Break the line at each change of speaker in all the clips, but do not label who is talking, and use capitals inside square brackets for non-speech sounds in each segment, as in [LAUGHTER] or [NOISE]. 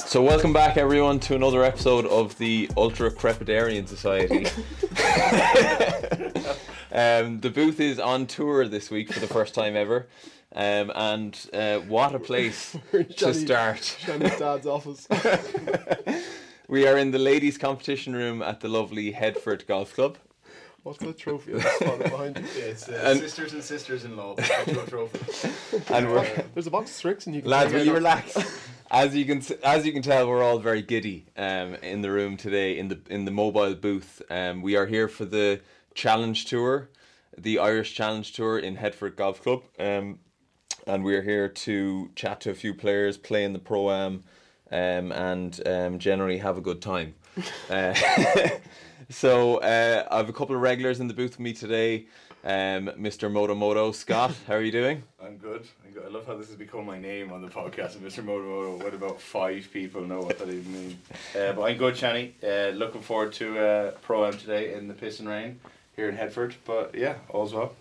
So welcome back everyone to another episode of the Ultra Crepidarian Society. um, the booth is on tour this week for the first time ever, um, and uh, what a place
We're in
to
Johnny-
start!
Johnny's dad's office.
We are in the ladies' competition room at the lovely Headford Golf Club.
What's that trophy that's falling behind you?
Yeah, it's uh,
And-
sisters and sisters-in-law. that's what [LAUGHS] drove it.
And we're
Uh, There's a box of tricks and you can
lads,
take
will
it
you
out.
relax?
[LAUGHS]
As you can s- as you can tell, we're all very giddy um, in the room today in the in the mobile booth. Um, we are here for the Challenge Tour, the Irish Challenge Tour in Headford Golf Club, um, and we're here to chat to a few players, play in the pro am, um, and um, generally have a good
[LAUGHS]
time. Uh, [LAUGHS] so uh, I have a couple of regulars in the booth with me today. Um, Mr. Motomoto Scott, how are you doing?
I'm good. I'm good. I love how this has become my name on the podcast, Mr. Motomoto. What about five people know what that even means? Uh, but I'm good, Channy. Uh, looking forward to uh, Pro Am today in the piss and rain here in Headford. But yeah, all's well.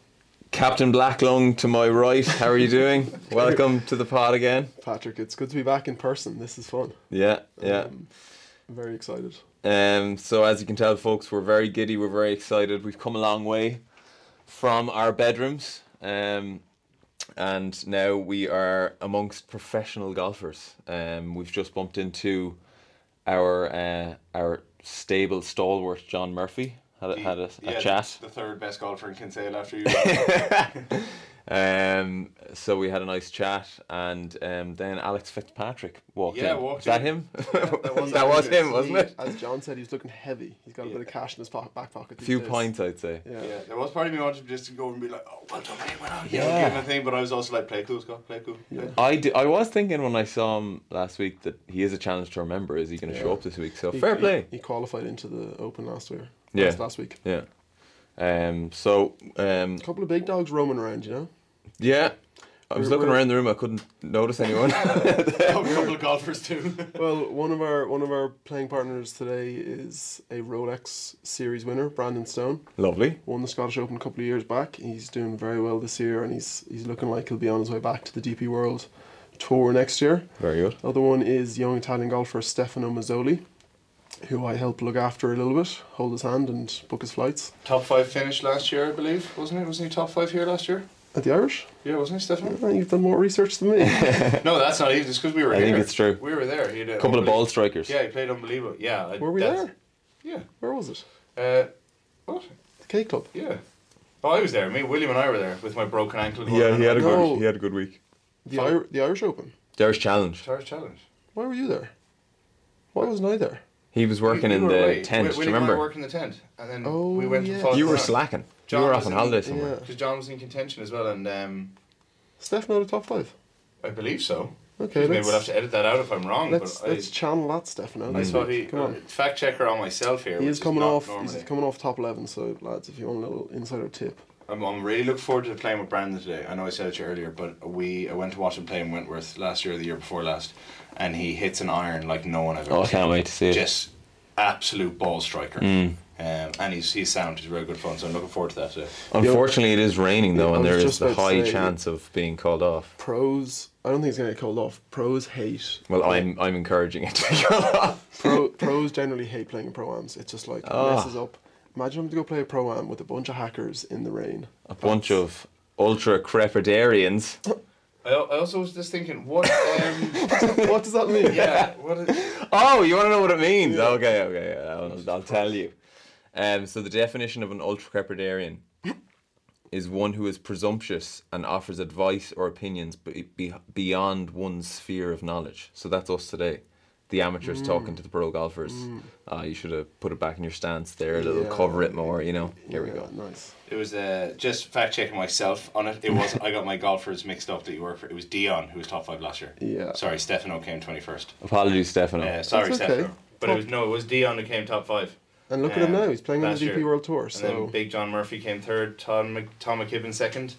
Captain Blacklung to my right. How are you doing? Welcome to the pod again.
Patrick, it's good to be back in person. This is fun.
Yeah, yeah.
Um, I'm very excited.
Um, so as you can tell, folks, we're very giddy. We're very excited. We've come a long way from our bedrooms, um, and now we are amongst professional golfers. Um, we've just bumped into our uh, our stable stalwart John Murphy. Had a, had a, a
Yeah,
chat.
The third best golfer in Kinsale after [LAUGHS] you.
Um, so we had a nice chat, and um, then Alex Fitzpatrick walked
Yeah,
in.
walked
was that
in.
him? [LAUGHS] that
that
was,
was
him,
Alex.
wasn't
He-
it?
As John said, he's looking heavy. He's got a bit of cash in his po- back pocket.
A
these
few
days.
pints, I'd say.
Yeah.
yeah, there was part of me wanted just to go over and be like, oh, well done, mate, well done. Yeah.
Yeah.
Give him a thing, but I was also like, play cool, Scott, play cool. play cool.
I, d- I was thinking when I saw him last week that he is a challenge to remember. Is he going to show
Yeah.
up this week? So
He-
fair
he-
play.
He, qualified into the Open last year.
Yeah.
Last, last week.
Yeah. Um. So um.
A couple of big dogs roaming around, you know?
Yeah. I was
We're-
looking
we're-
around the room. I couldn't notice anyone. [LAUGHS]
Oh, [LAUGHS] a couple of golfers too.
Well, one of our one of our playing partners today is a Rolex Series winner, Brandon Stone.
Lovely.
won the Scottish Open a couple of years back. He's doing very well this year, and he's he's looking like he'll be on his way back to the DP World Tour next year.
Very good.
Other one is young Italian golfer Stefano Mazzoli, who I helped look after a little bit, hold his hand, and book his flights
[LAUGHS] top five finish last year, I believe, wasn't it? Wasn't he top five here last year?
at the Irish.
Yeah, wasn't he, Stefan?
Oh, You've done more research than me.
[LAUGHS] No, that's not even. It's because we were
I
here.
think it's true.
We were there. He had
A couple of ball strikers.
Yeah, he played unbelievable. Yeah. I-
Were we
that's-
there?
Yeah.
Where was it?
Uh, what?
The K Club.
Yeah. Oh, I was there. Me, William, and I were there with my broken ankle. going on
a good- No. he
had a good week.
The,
Fine.
Ir- the Irish Open.
There's challenge.
Guitar oh, challenge.
Why were you there? Why wasn't I there?
He was working
We- we
in
were
the
away.
tent.
Wi-
Do you
William and I
remember?
worked in the tent, and then
Oh,
we went.
yeah.
And fought
You
the
were
Mac.
slacking.
John
you were
was
off on
in-
holiday somewhere.
Yeah.
Because John was in contention as well, and um,
Stefano the top five.
I believe so.
Okay,
Maybe we'll have
let's,
to edit that out if I'm wrong.
let's,
but I,
let's channel that Stefano.
I
this
saw
week.
he uh,
Come on.
fact checker on myself here.
He
which
is coming
not
off.
normally.
He's coming off top eleven. So lads, if you want a little insider tip,
I'm, I'm really looking forward to playing with Brandon today. I know I said it to you earlier, but we I went to watch him play in Wentworth last year, or the year before last, and he hits an iron like no one I've ever
Oh, I
seen.
can't wait to see it.
Just absolute ball striker.
Mm.
Um, and he's, he's sound. He's real good fun, so I'm looking forward to that today.
Unfortunately, it is raining though,
I
and
was
there is
just
the
about to
high
say-
chance of being called off.
pros. I don't think he's gonna get called off. Pros hate.
Well, I'm I'm encouraging it to be called off.
[LAUGHS]
Pro, pros generally hate playing in pro ams. It's just like it messes up. Imagine having to go play a pro am with a bunch of hackers in the rain. [LAUGHS]
A bunch of ultra crepidarians.
I, al- I also was just thinking, what? [LAUGHS] Um,
what does that mean?
yeah, what? Is,
Oh, you want to know what it means? Okay, okay, yeah, I'll, I'll tell you. Um, so the definition of an ultra crepidarian is one who is presumptuous and offers advice or opinions be, be, beyond one's sphere of knowledge. So that's us today. The amateurs talking to the pro golfers. Ah, you should have put it back in your stance there a little,
Yeah.
cover it more, you know. Here we
Yeah,
go.
Nice.
it was uh, just fact checking myself on it. It was I got my golfers mixed up that you work for. It was Dion who was top five last year.
Yeah.
Sorry, Stefano came twenty first.
Apologies, Stefano.
Uh, sorry,
That's okay.
Stefano. But it
Top-
was no, it was Dion who came top five.
And look at him
Um,
now. He's playing on
last
the DP
year.
World Tour.
And then
So
Big John Murphy came third, Todd Mc- Tom McKibben second,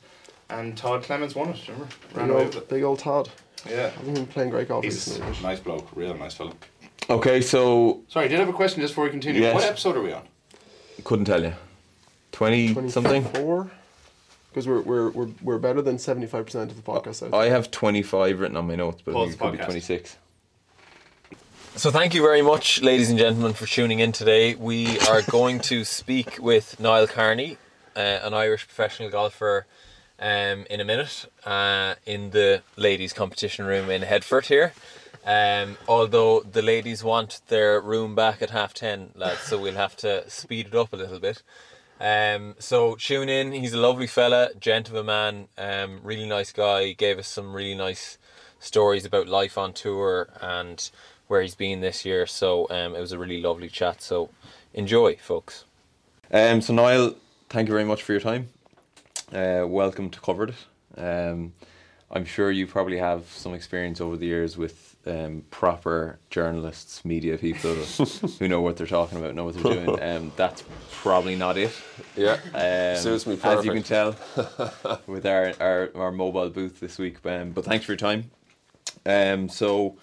and Todd Clements won it. Remember?
big
Ran away with
old,
it.
big old Todd.
Yeah.
Hasn't been playing great golf
He's
recently.
a nice bloke, real nice fellow.
Okay, so
Sorry, I did have a question just before we continue.
Yes.
What episode are we on?
couldn't tell you. 20, something?
Four. Because we're, we're, we're, we're better than seventy five percent of the podcast. out there.
I have 25 written on my notes, but I think
Pause
it could be
podcast.
26. So thank you very much, ladies and gentlemen, for tuning in today. We are going to speak with Niall Carney, uh, an Irish professional golfer, um, in a minute uh, in the ladies' competition room in Headford here. Um, although the ladies want their room back at half ten, lads, so we'll have to speed it up a little bit. Um, so tune in. He's a lovely fella, gent of a man, um, really nice guy. He gave us some really nice stories about life on tour and where he's been this year. So um, it was a really lovely chat. So enjoy, folks. Um, so Niall, thank you very much for your time. Uh, welcome to Covered It. Um, I'm sure you probably have some experience over the years with um, proper journalists, media
[LAUGHS]
people who know what they're talking about, know what they're doing. Um, that's probably not it.
Yeah.
Um,
Suits me
as you can
perfect.
tell
[LAUGHS]
with our, our, our mobile booth this week. Um, but thanks for your time. Um, so,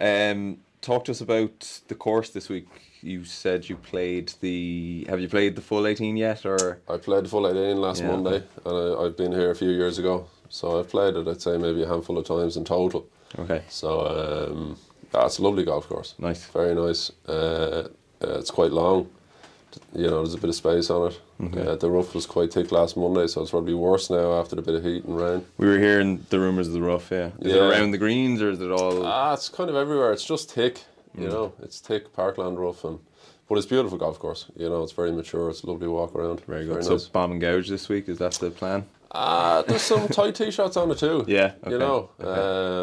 um, talk to us about the course this week. You said you played the. Have you played the full eighteen yet, or
I played the full 18 last
Yeah.
Monday, and I, I've been here a few years ago, so I've played it. I'd say maybe a handful of times in total.
okay,
So um, yeah, it's a lovely golf course.
nice.
Very nice. Uh, uh, it's quite long. You know, there's a bit of space on it.
Mm-hmm.
Uh, the rough was quite thick last Monday, so it's probably worse now after the bit of heat and rain.
We were hearing the rumors of the rough. Yeah, is it
Yeah.
around the greens or is it all?
Ah, it's kind of everywhere. It's just thick, you
Mm.
know. It's thick parkland rough, and but it's beautiful golf course. You know, it's very mature. It's a lovely walk around.
very
Very
good.
nice.
So bomb and gouge this week. Is that the plan?
Uh,
[LAUGHS]
there's some tight t-shirts on it too.
Yeah, okay,
You know,
okay.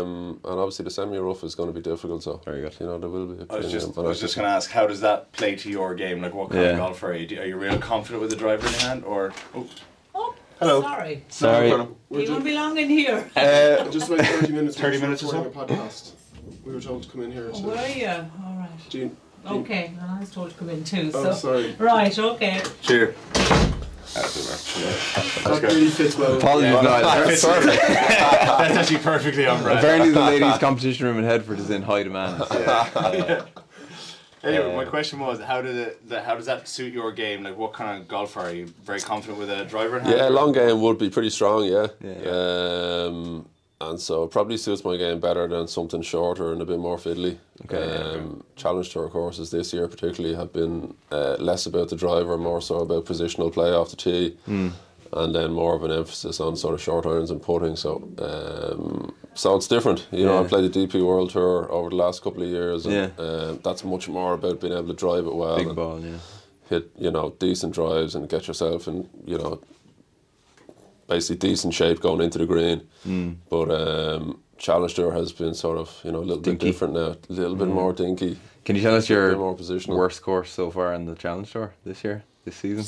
um, and obviously the semi-rough is going to be difficult. So
Very good.
You know, there will be. A
I was
premium,
just, I
but
was
I
just
think-
going to ask, how does that play to your game? Like, what kind
Yeah.
of golfer are you? Do- Are you real confident with the driver in your hand, or oh,
Oh,
Hello.
Sorry,
Sorry.
We're
you
ju-
won't be long in here.
Uh,
just about
[LAUGHS]
30 minutes.
30
we're
minutes or so?
recording a podcast. We were told to come in here.
Oh,
So.
where are you? All right.
Do you, do you-
Okay, well, I was told to come in too.
oh,
So
sorry.
right, okay.
cheer?
That really fits well. with-
apologies, Niall.
That's [LAUGHS] actually perfectly on
[LAUGHS]
brand.
Apparently,
[LAUGHS]
the ladies' competition room in Headford is in high demand.
Anyway, my question was, how does it, the, how does that suit your game? Like, what kind of golfer are you? Very confident with a driver in hand?
Yeah,
or-
long game would be pretty strong. Yeah.
Yeah.
Um, and so it probably suits my game better than something shorter and a bit more fiddly.
Okay, yeah, okay.
Um, Challenge tour courses this year, particularly, have been uh, less about the driver, more so about positional play off the tee,
Hmm.
and then more of an emphasis on sort of short irons and putting. So, um, so it's different. You know, I
Yeah.
played the DP World Tour over the last couple of years, and
Yeah.
um, that's much more about being able to drive it well.
Big
and-
ball, yeah.
hit you know decent drives and get yourself in you know basically decent shape going into the green.
Mm.
But um, Challenge Tour has been sort of you know a little
Dinky. Mm.
bit different now, a little bit more dinky.
Can you tell us your
Bit more positional.
worst course so far in the Challenge Tour this year, this season?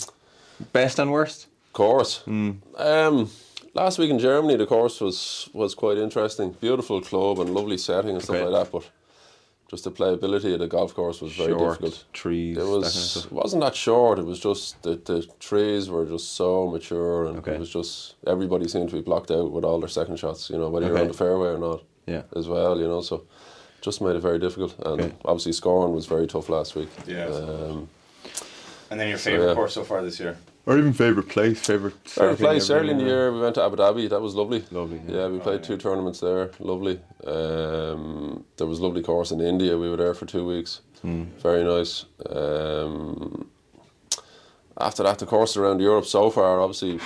Best and worst?
Of course.
Mm.
Um, last week in Germany, the course was was quite interesting. Beautiful club and lovely setting and stuff
Okay.
like that, but. Just the playability of the golf course was very
Short,
difficult.
trees,
It
that kind of
was
stuff.
wasn't that short. It was just that the trees were just so mature, and
Okay.
it was just everybody seemed to be blocked out with all their second shots. You know, whether you're
Okay.
on the fairway or not,
Yeah.
as well. You know, so just made it very difficult. And
Okay.
obviously, scoring was very tough last week.
Yeah.
Um,
And then your favorite
yeah.
course so far this year?
Or even favourite place, favourite
Fair place. Early in the year, we went to Abu Dhabi. That was lovely.
Lovely, yeah.
Yeah, we played two tournaments there. Lovely. Um, there was lovely course in India. We were there for two weeks.
Hmm.
Very nice. Um, after that, the course around Europe so far, obviously,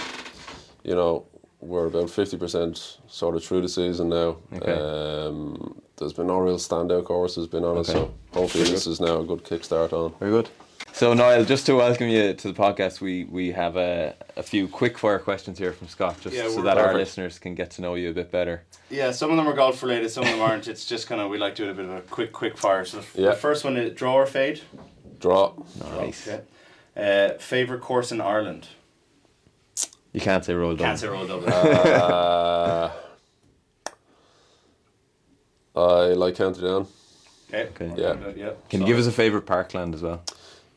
you know, we're about fifty percent sort of through the season now.
Okay.
Um, there's been no real standout courses, been honest.
Okay.
So hopefully, this is now a good kickstart on.
Very good. So Niall, just to welcome you to the podcast, we we have a, a few quick fire questions here from Scott, just
Yeah,
so
we're
that our
perfect.
listeners can get to know you a bit better.
Yeah, some of them are golf related, some of them aren't. It's just kind of we like doing a bit of a quick, quick fire. So the f-
Yeah.
the first one is draw or fade.
Draw.
Nice.
Okay. Uh, favorite course in Ireland?
You can't say roll down.
Can't say Royal Dublin.
Uh, I like County Down.
okay.
Okay.
Yeah.
yeah.
Can you give us a favourite parkland as well?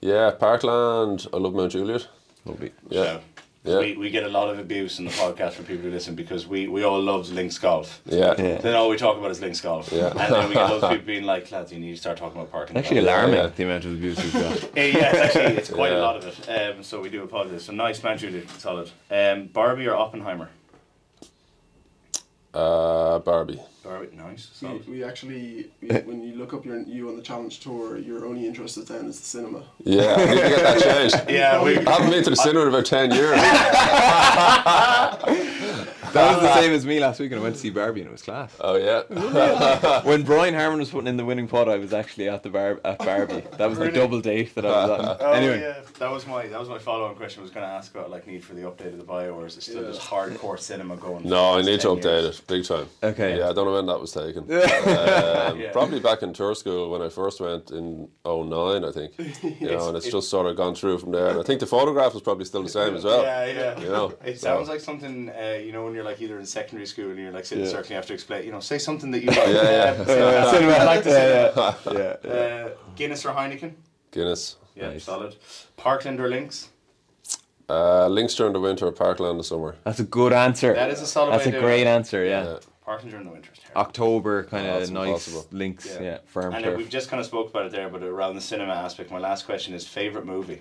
Yeah, Parkland. I love Mount Juliet.
Lovely.
Yeah. Yeah.
We, we get a lot of abuse in the podcast from people who listen because we, we all love links golf.
Yeah.
Yeah.
Then all we talk about is links golf.
Yeah.
And then we get
[LAUGHS]
loads of people being like, lads, you need to start talking about parking.
Actually
Yeah,
alarming
Yeah.
the amount of abuse we've got.
yeah, it's actually it's quite
[LAUGHS] Yeah.
a lot of it. Um, so we do apologize. So nice man, Judy, solid. Um, Barbie or Oppenheimer?
Uh, Barbie.
Barbie, nice.
We, [LAUGHS]
solid.
we actually, we, when you look up your you on the challenge tour, your only interest is then is the cinema.
Yeah, I need to get that
[LAUGHS]
changed.
Yeah, we.
I haven't been to the cinema in about 10
[LAUGHS]
years.
[LAUGHS] That was the same as me last week, and I went to see Barbie, and it was class.
Oh, yeah.
When Brian Harmon was putting in the winning pot, I was actually at the bar at Barbie. That was the
Really?
double date that I was at.
Oh,
anyway,
yeah. That was my that was my follow on question. I was going to ask about like need for the update of the bio, or is it still
Yeah.
just hardcore cinema going? for
No,
the
I need
next
to
10
update
years?
it big time.
Okay.
Yeah, I don't know when that was taken. um,
Yeah.
Probably back in tour school when I first went in 09,
[LAUGHS]
I think. You know, and it's just sort of gone through from there. And I think the photograph was probably still the same as well.
Yeah, yeah.
You know,
[LAUGHS] it
so-
sounds like something uh, you know when you're like either in secondary school and you're like sitting
Yeah.
circling you have to explain. You know, say something that you like. [LAUGHS]
Yeah, yeah.
Uh, cinema.
I like
yeah,
to
yeah, yeah, yeah.
Uh, Guinness or Heineken?
Guinness.
Yeah,
Nice.
solid. Parkland or Lynx?
Uh, Links during the winter, Parkland in the summer.
That's a good answer.
That is a solid
That's
way
a
to do
great
it.
answer. Yeah.
Yeah.
Parkland during the winter. is terrible.
October kind
Oh,
of
that's
nice
impossible.
links. Yeah,
Yeah.
firm
And then
turf.
we've just kind of spoke about it there, but around the cinema aspect, my last question is favorite movie.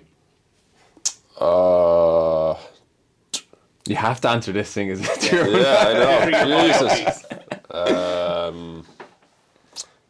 Uh,
You have to answer this thing. Is it your own-
yeah, I know. Jesus.
Movies.
Um,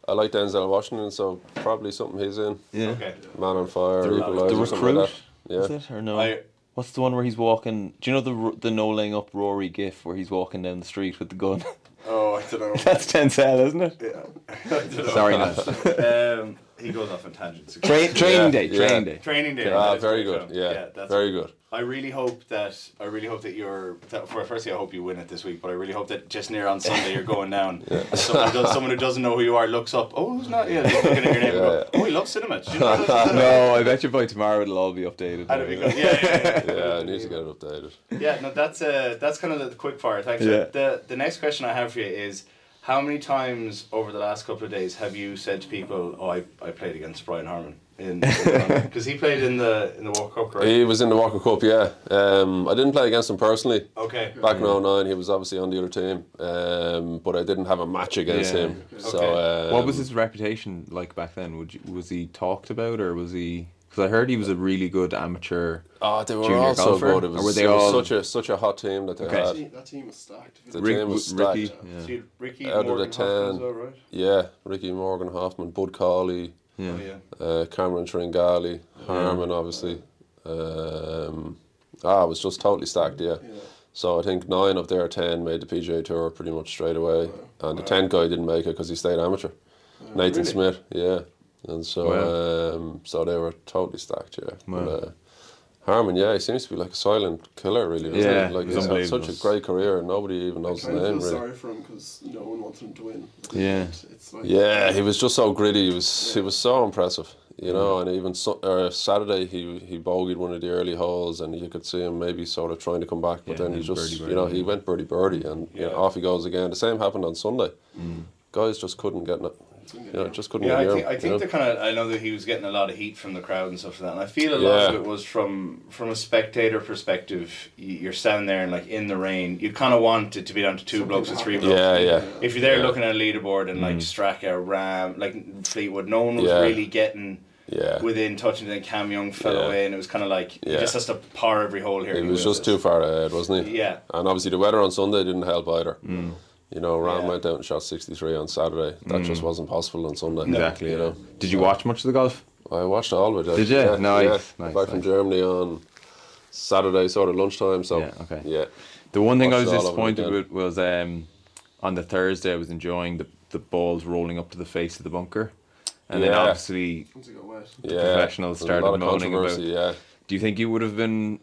I like Denzel Washington, so probably something he's in.
yeah.
Okay.
Man on Fire,
The,
Equalizer,
the
something
recruit.
like that.
Is
Yeah.
it or no?
I-
What's the one where he's walking? Do you know the r- the no laying up Rory gif where he's walking down the street with the gun? [LAUGHS]
Oh, I don't know.
That's Denzel, isn't it? [LAUGHS]
I don't know.
Sorry, Nat.
[LAUGHS] Um, he goes off on tangents.
Tra- training
Yeah,
day. Training
yeah. [LAUGHS]
day.
Training day.
Ah,
that's
very
what I
good.
found.
Yeah,
that's
very good.
I really hope that I really hope that you're. That, for firstly, I hope you win it this week, but I really hope that just near on Sunday you're going
[LAUGHS]
down. someone, who does, someone who doesn't know who you are looks up. Oh, who's not? Yeah, they're looking at your name. and go,
[LAUGHS]
Oh, he loves cinema. Did you know that?"
no, I bet you by tomorrow it'll all be updated.
And it'd be good. Yeah, yeah, yeah.
Yeah, I need to get it updated.
Yeah, no, that's uh, that's kind of the quick fire. Thanks.
Yeah.
The the next question I have for you is, how many times over the last couple of days have you said to people, "Oh, I, I played against Brian Harmon in [LAUGHS] because he played in the in the World Cup, right?"
He was in the Walker Cup, yeah. Um, I didn't play against him personally.
Oh,
Okay.
Back in 09, he was obviously on the other team, um, but I didn't have a match against
Yeah.
him. So
Okay.
um,
What was his reputation like back then? Would you, was he talked about, or was he? Because I heard he was a really good amateur.
Oh, they were
junior
all so
golfer?
good. It
Or
was,
were they
it was
all-
such a such a hot team that they
Okay.
That
had.
team- that team was stacked.
The
If you-
team was stacked.
Ricky,
So
yeah.
you had Ricky
Out of the
Morgan Hoffman as
10.
well, right?
Yeah, Ricky Morgan, Hoffman, Bud Cawley,
Yeah.
Oh, yeah.
uh, Cameron Tringali, Harmon, obviously. Um, ah, it was just totally stacked, yeah.
Yeah.
So I think nine of their ten made the PGA Tour pretty much straight away, and the tenth guy didn't make it because he stayed amateur. Nathan
really?
Smith, yeah, and so
Wow.
um, so they were totally stacked, yeah.
Wow.
uh, Harmon, yeah, he seems to be like a silent killer, really. Doesn't
Yeah,
he? like
he's
he's had
unbelievable.
such a great career, and nobody even
I
knows his
kind of feel
name, really.
sorry for him because no one wanted him to win.
Yeah.
And It's like,
Yeah, he was just so gritty. He was he was so impressive, you know. And even so, uh, Saturday, he he bogeyed one of the early holes, and you could see him maybe sort of trying to come back, but
Yeah,
then he
and
just
birdie,
you know
birdie.
he went birdie birdie, and you know,
Yeah.
off he goes again. The same happened on Sunday.
Mm.
Guys just couldn't get, n- you know, just couldn't
Yeah,
get
I
near
think,
him,
I
you
think
know?
the kind of I know that he was getting a lot of heat from the crowd and stuff like that, and I feel a lot of
Yeah.
it was from from a spectator perspective. y- You're standing there and like in the rain, you kind of want it to be down to two
Something
blokes or three
happened.
blokes.
Yeah, yeah.
If you're there
Yeah.
looking at a leaderboard and
Mm.
like Straka, Ram, like Fleetwood, no one was
Yeah.
really getting
Yeah.
within touch, and then Cam Young fell
Yeah.
away, and it was kind of like he
Yeah.
just has to par every hole here.
It
and
was
wins
just
this.
too far ahead, wasn't he?
Yeah.
And obviously the weather on Sunday didn't help either.
Mm.
You know, Ram
Yeah.
went out and shot 63 on Saturday. That just wasn't possible on Sunday.
Mm. Exactly.
You
yeah.
know,
Did you watch much of the golf?
I watched all of it.
Did you?
Yeah,
Nice,
yeah.
nice,
Back from
nice.
Germany on Saturday, sort of lunchtime. So
Yeah, okay.
Yeah.
The one thing I
Watched
was
all of them
disappointed
again.
with was um, on the Thursday I was enjoying the the balls rolling up to the face of the bunker, and then
Yeah.
obviously,
Once it got
[LAUGHS]
wet.
yeah.
professionals
There
started
was
moaning about-
Yeah.
do you think you would have been?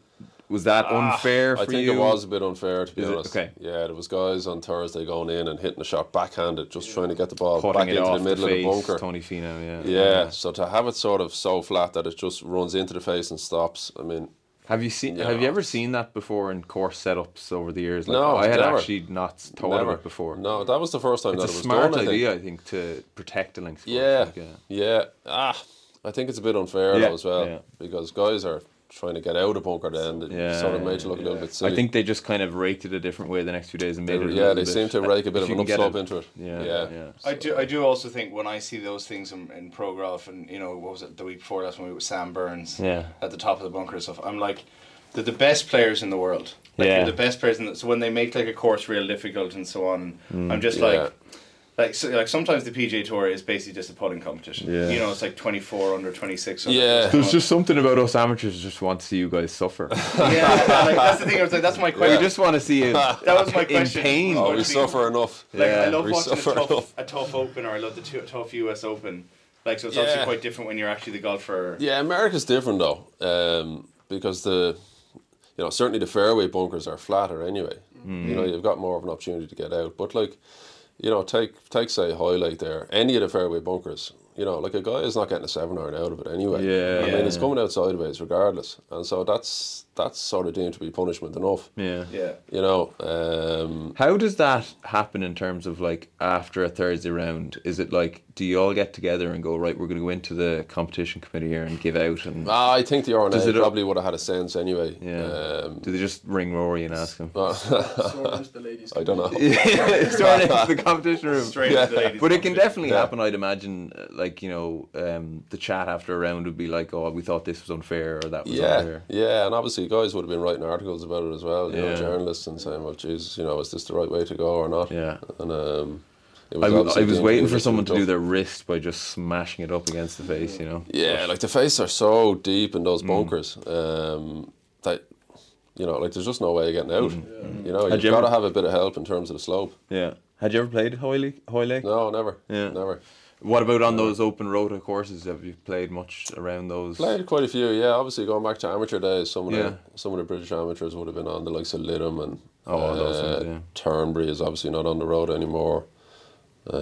Was that unfair for
Ah, I think
you?
it was a bit unfair to be
Is it?
honest.
Okay.
Yeah, there was guys on Thursday going in and hitting a shot backhanded, just trying to get the ball
Cutting
back
it
into
off
the middle
face,
of the bunker.
Tony Fino, yeah.
Yeah, so to have it sort of so flat that it just runs into the face and stops. I mean,
Have you seen?
Yeah.
Have you ever seen that before in course setups over the years? Like,
No,
I had
never.
actually not thought
never
of it before.
No, that was the first time that
it's a
it was
smart
done. I think.
idea, I think, to protect the links. course,
Yeah,
like, yeah.
yeah. Ah, I think it's a bit unfair
Yeah,
though as well
yeah.
because guys are trying to get out of bunker then. It
Yeah,
sort of made you look a
yeah.
little bit silly.
I think they just kind of raked it a different way the next few days and
They-
made it. a
yeah,
little
they
bit-
seem to rake a bit
if
of
you
an
can get
upslope into it.
Yeah,
yeah.
yeah.
I do. I do also think when I see those things in, in pro golf, and you know, what was it the week before last when we were Sam Burns,
Yeah.
at the top of the bunker and stuff. I'm like, they're the best players in the world. Like
Yeah.
they're the best players in the, so when they make like a course real difficult and so on,
Mm,
I'm just
yeah.
like like so, like sometimes the PGA Tour is basically just a putting competition.
Yeah.
You know, it's like 24 under 26 under.
Yeah. [LAUGHS]
There's just something about us amateurs just want to see you guys [LAUGHS] suffer.
yeah, like, that's the thing. I was like, that's my
We
question.
just want to see [LAUGHS] you
that was my
in
question.
pain.
Oh,
Would
we
be-
suffer enough.
Like I
Yeah,
love
we
watching a
suffer
tough,
[LAUGHS] enough.
a tough Open or I love the t- tough US Open. Like so, it's obviously
Yeah.
quite different when you're actually the golfer.
Yeah, America's different though, um, because the, you know, certainly the fairway bunkers are flatter anyway. You
Mm.
know, you've got more of an opportunity to get out. But like, you know, take take say highlight there, any of the fairway bunkers. You know, like a guy is not getting a seven iron out of it anyway.
Yeah.
I mean, it's
Yeah.
coming out sideways regardless, and so that's that's sort of deemed to be punishment enough.
Yeah.
Yeah.
You know, um,
How does that happen in terms of like after a Thursday round? Is it like do you all get together and go right? We're going to go into the competition committee here and give out and
ah, I think the
Does
RNA
it-
probably would have had a sense anyway.
yeah?
Um,
do they just ring Rory and [LAUGHS] ask him?
the ladies.
[LAUGHS] I don't
[LAUGHS]
know.
Sorry, it's the competition room.
Straight
Yeah.
into the ladies'
But it can
competition.
definitely
Yeah.
happen, I'd imagine. uh, Like you know, um, the chat after a round would be like, "Oh, we thought this was unfair, or that was
Yeah,
unfair."
yeah, and obviously guys would have been writing articles about it as well, you
Yeah.
know, journalists and saying, "Well, Jesus, you know, is this the right way to go or not?"
Yeah.
and um, it
I, w-
obviously
I was
deemed
waiting
be
for someone to do
tough.
their wrist by just smashing it up against the face, you know.
Yeah, like the faces are so deep in those
Mm.
bunkers um, that you know, like there's just no way of getting out. You know,
Mm. Had
you've
you
got to
ever-
have a bit of help in terms of the slope.
Yeah. Had you ever played Hoylake? Hoylake?
No, never,
Yeah.
never.
What about on those open rota courses? Have you played much around those?
Played quite a few, yeah. Obviously, going back to amateur days, some of
Yeah.
the some of the British amateurs would have been on the likes of Lidham and uh,
Oh, all those things, yeah.
Turnberry is obviously not on the road anymore.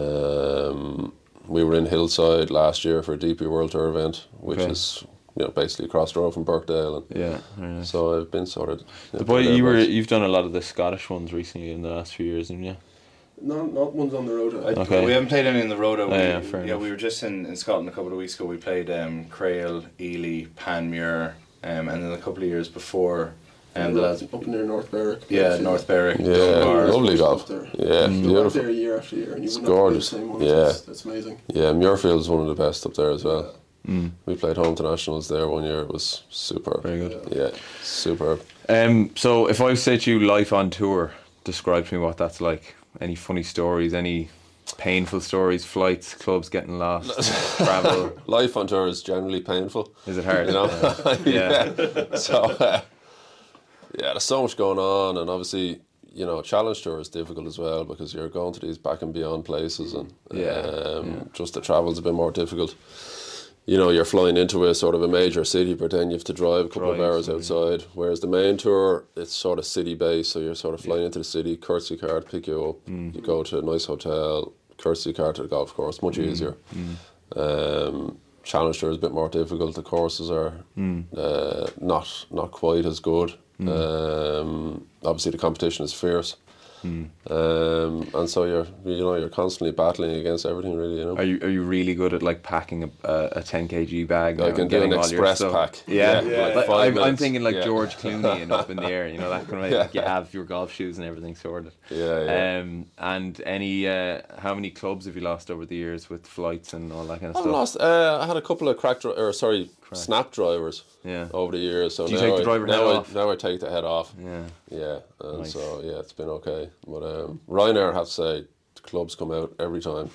Um, we were in Hillside last year for a DP World Tour event, which
Okay.
is you know basically across the road from Birkdale, and
Yeah. very nice.
so I've been sort of.
The boy, you were you've done a lot of the Scottish ones recently in the last few years, haven't you?
Not, not ones on the road. uh, I,
Okay.
We haven't played any in the Rhoda. We,
Oh, yeah,
yeah,
fair enough.
we were just in, in Scotland a couple of weeks ago. We played um, Crail, Ely, Panmure, um, and then a couple of years before, um, the lads,
up near North Berwick.
yeah, North Berwick,
Yeah,
Dunbar.
lovely golf.
There.
Yeah,
Mm.
Go back
beautiful.
there year after year, and you wouldn't
It's
have to play
gorgeous.
the same ones.
Yeah.
That's, that's amazing.
Yeah, Muirfield's one of the best up there as well. We played home to nationals there one year. It was superb.
Mm. Very good.
Yeah, superb.
Um. So if I say to you, life on tour, describe to me what that's like. Any funny stories? Any painful stories? Flights, clubs getting [LAUGHS] lost, travel.
Life on tour is generally painful.
Is it hard?
You know? [LAUGHS]
Yeah.
so uh, yeah, there's so much going on, and obviously you know challenge tour is difficult as well because you're going to these back and beyond places, and
Yeah,
um, just the travel's a bit more difficult. You know, you're flying into a sort of a major city, but then you have to drive a couple of
Drive,
hours outside. Whereas the main tour, it's sort of city based, so you're sort of flying into the city, courtesy card, pick you up, you go to a nice hotel, courtesy card to the golf course, much easier. Um, Challenge Tour is a bit more difficult. The courses are uh, not not quite as good. Um, obviously, the competition is fierce, um, and so you're you know you're constantly battling against everything. Really, you know.
Are you are you really good at like packing a a, a ten kg bag?
I
now
can
and
do an
getting all your
express
stuff?
pack.
Yeah.
Yeah.
Like,
like five
I'm, I'm
minutes.
thinking like
Yeah. [LAUGHS]
George Clooney and up in the air. You know that kind of
Yeah.
like you have your golf shoes and everything sorted.
Yeah, yeah.
Um. And any uh, how many clubs have you lost over the years with flights and all that kind of
I
stuff?
lost. Uh, I had a couple of crack dri- or sorry, snap drivers.
Yeah.
Over the years, so
Do you
now
take the
I,
driver
now
head
I,
off?
Now I take the head off.
Yeah.
Yeah, and
Nice.
so yeah, it's been okay. But um, Ryanair, I have to say, the clubs come out every time.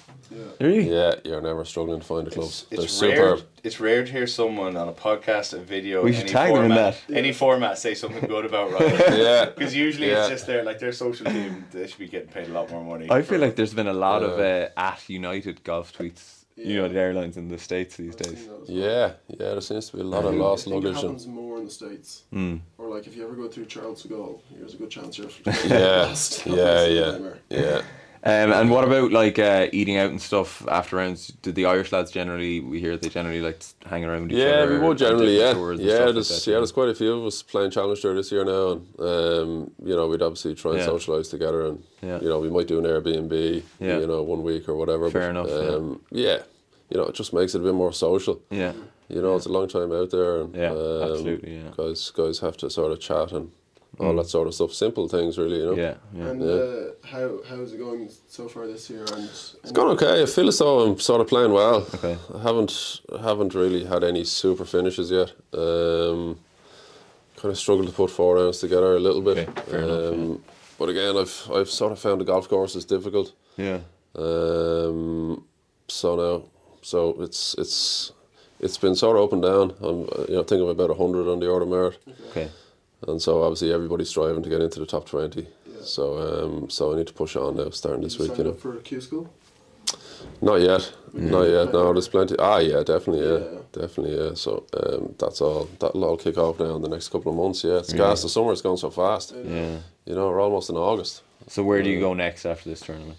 Really?
Yeah, you're never struggling to find the clubs.
It's
They're
rare.
superb.
It's rare to hear someone on a podcast, a video,
We should
any
tag them in
format, any format, say something good about
[LAUGHS]
Ryan. [LAUGHS]
Yeah,
Because usually
Yeah.
it's just their like their social team. They should be getting paid a lot more money.
I
for-
feel like there's been a lot of
Yeah.
uh, at United golf tweets. You know, the airlines in the states these days.
yeah, yeah. There seems to be a
[LAUGHS]
lot of
I
lost
think it
luggage.
happens
And,
more in the states.
Hmm.
Or like if you ever go through Charles de Gaulle, there's a good chance you're.
[LAUGHS] [LAUGHS] yeah,
lost.
yeah,
It's a
yeah,
nightmare.
yeah.
Um, and what about like uh, eating out and stuff after rounds? Did the Irish lads generally? We hear they generally like to hang around each
Yeah,
other.
we would
and
generally,
different
yeah.
tours and
Yeah,
stuff like
there's,
that,
yeah, there's quite a few of us playing Challenge Tour this year now, and um, you know, we'd obviously try and
Yeah.
socialise together, and
Yeah.
you know, we might do an Airbnb,
Yeah.
you know, one week or whatever.
Fair enough, yeah.
Um, yeah. you know, it just makes it a bit more social.
yeah.
You know, it's a long time out there, and
Yeah,
um,
absolutely, yeah. Mm.
guys, guys have to sort of chat and all that sort of stuff. Simple things, really. You know,
Yeah, yeah.
And
Yeah.
uh, how how is it going so far this year? And
It's gone okay. I feel as though I'm sort of playing well.
Okay.
I haven't I haven't really had any super finishes yet. Um, kind of struggled to put four rounds together a little bit. Um,
Okay, fair enough,
But again, I've I've sort of found the golf course is difficult.
Yeah.
Um, so now, so it's it's it's been sort of up and down. I'm uh, you know I think I'm about hundred on the order merit,
Okay.
and so obviously everybody's striving to get into the top twenty.
Yeah.
So um, so I need to push on now, starting this week. You know,
for Q school.
not yet, not yet. No, there's plenty. Ah, yeah, definitely, yeah,
Yeah.
definitely, yeah. So um, that's all. That'll all kick off now in the next couple of months. Yeah, it's gas. The summer is going so fast.
Yeah.
You know, we're almost in August.
So where do you go next after this tournament?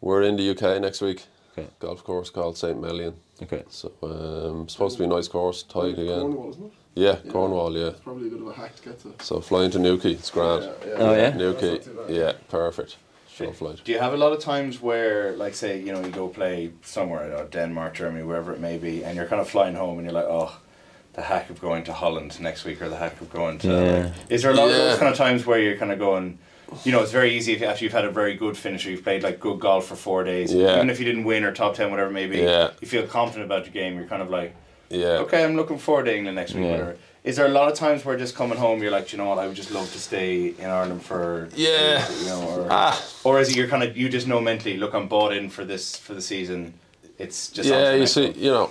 We're in the UK next week.
Okay.
Golf course called St Melian.
Okay.
So um, supposed to be a nice course, tight again.
Cornwall, isn't it?
Yeah,
Yeah.
Cornwall, yeah.
It's probably a bit of a hack to get to.
So flying to Newquay, it's grand.
Oh, yeah?
Newquay,
That's not too bad.
yeah, perfect. Short flight.
Do you have a lot of times where, like, say, you know, you go play somewhere, you know, Denmark, Germany, wherever it may be, and you're kind of flying home and you're like, oh, the hack of going to Holland next week or the hack of going to.
Yeah.
Is there a lot of
Yeah.
those kind of times where you're kind of going, you know, it's very easy if, after you've had a very good finish or you've played like good golf for four days,
Yeah.
even if you didn't win or top 10, whatever it may be,
Yeah.
you feel confident about your game, you're kind of like,
Yeah.
okay, I'm looking forward to England next week,
Yeah.
whatever. Is there a lot of times where just coming home, you're like, "Do you know what, I would just love to stay in Ireland for.
Yeah.
You know, or,
Ah,
or is it you're kind of you just know mentally? Look, I'm bought in for this for the season. It's just on to
yeah.
the
You
next
see,
one.
you know,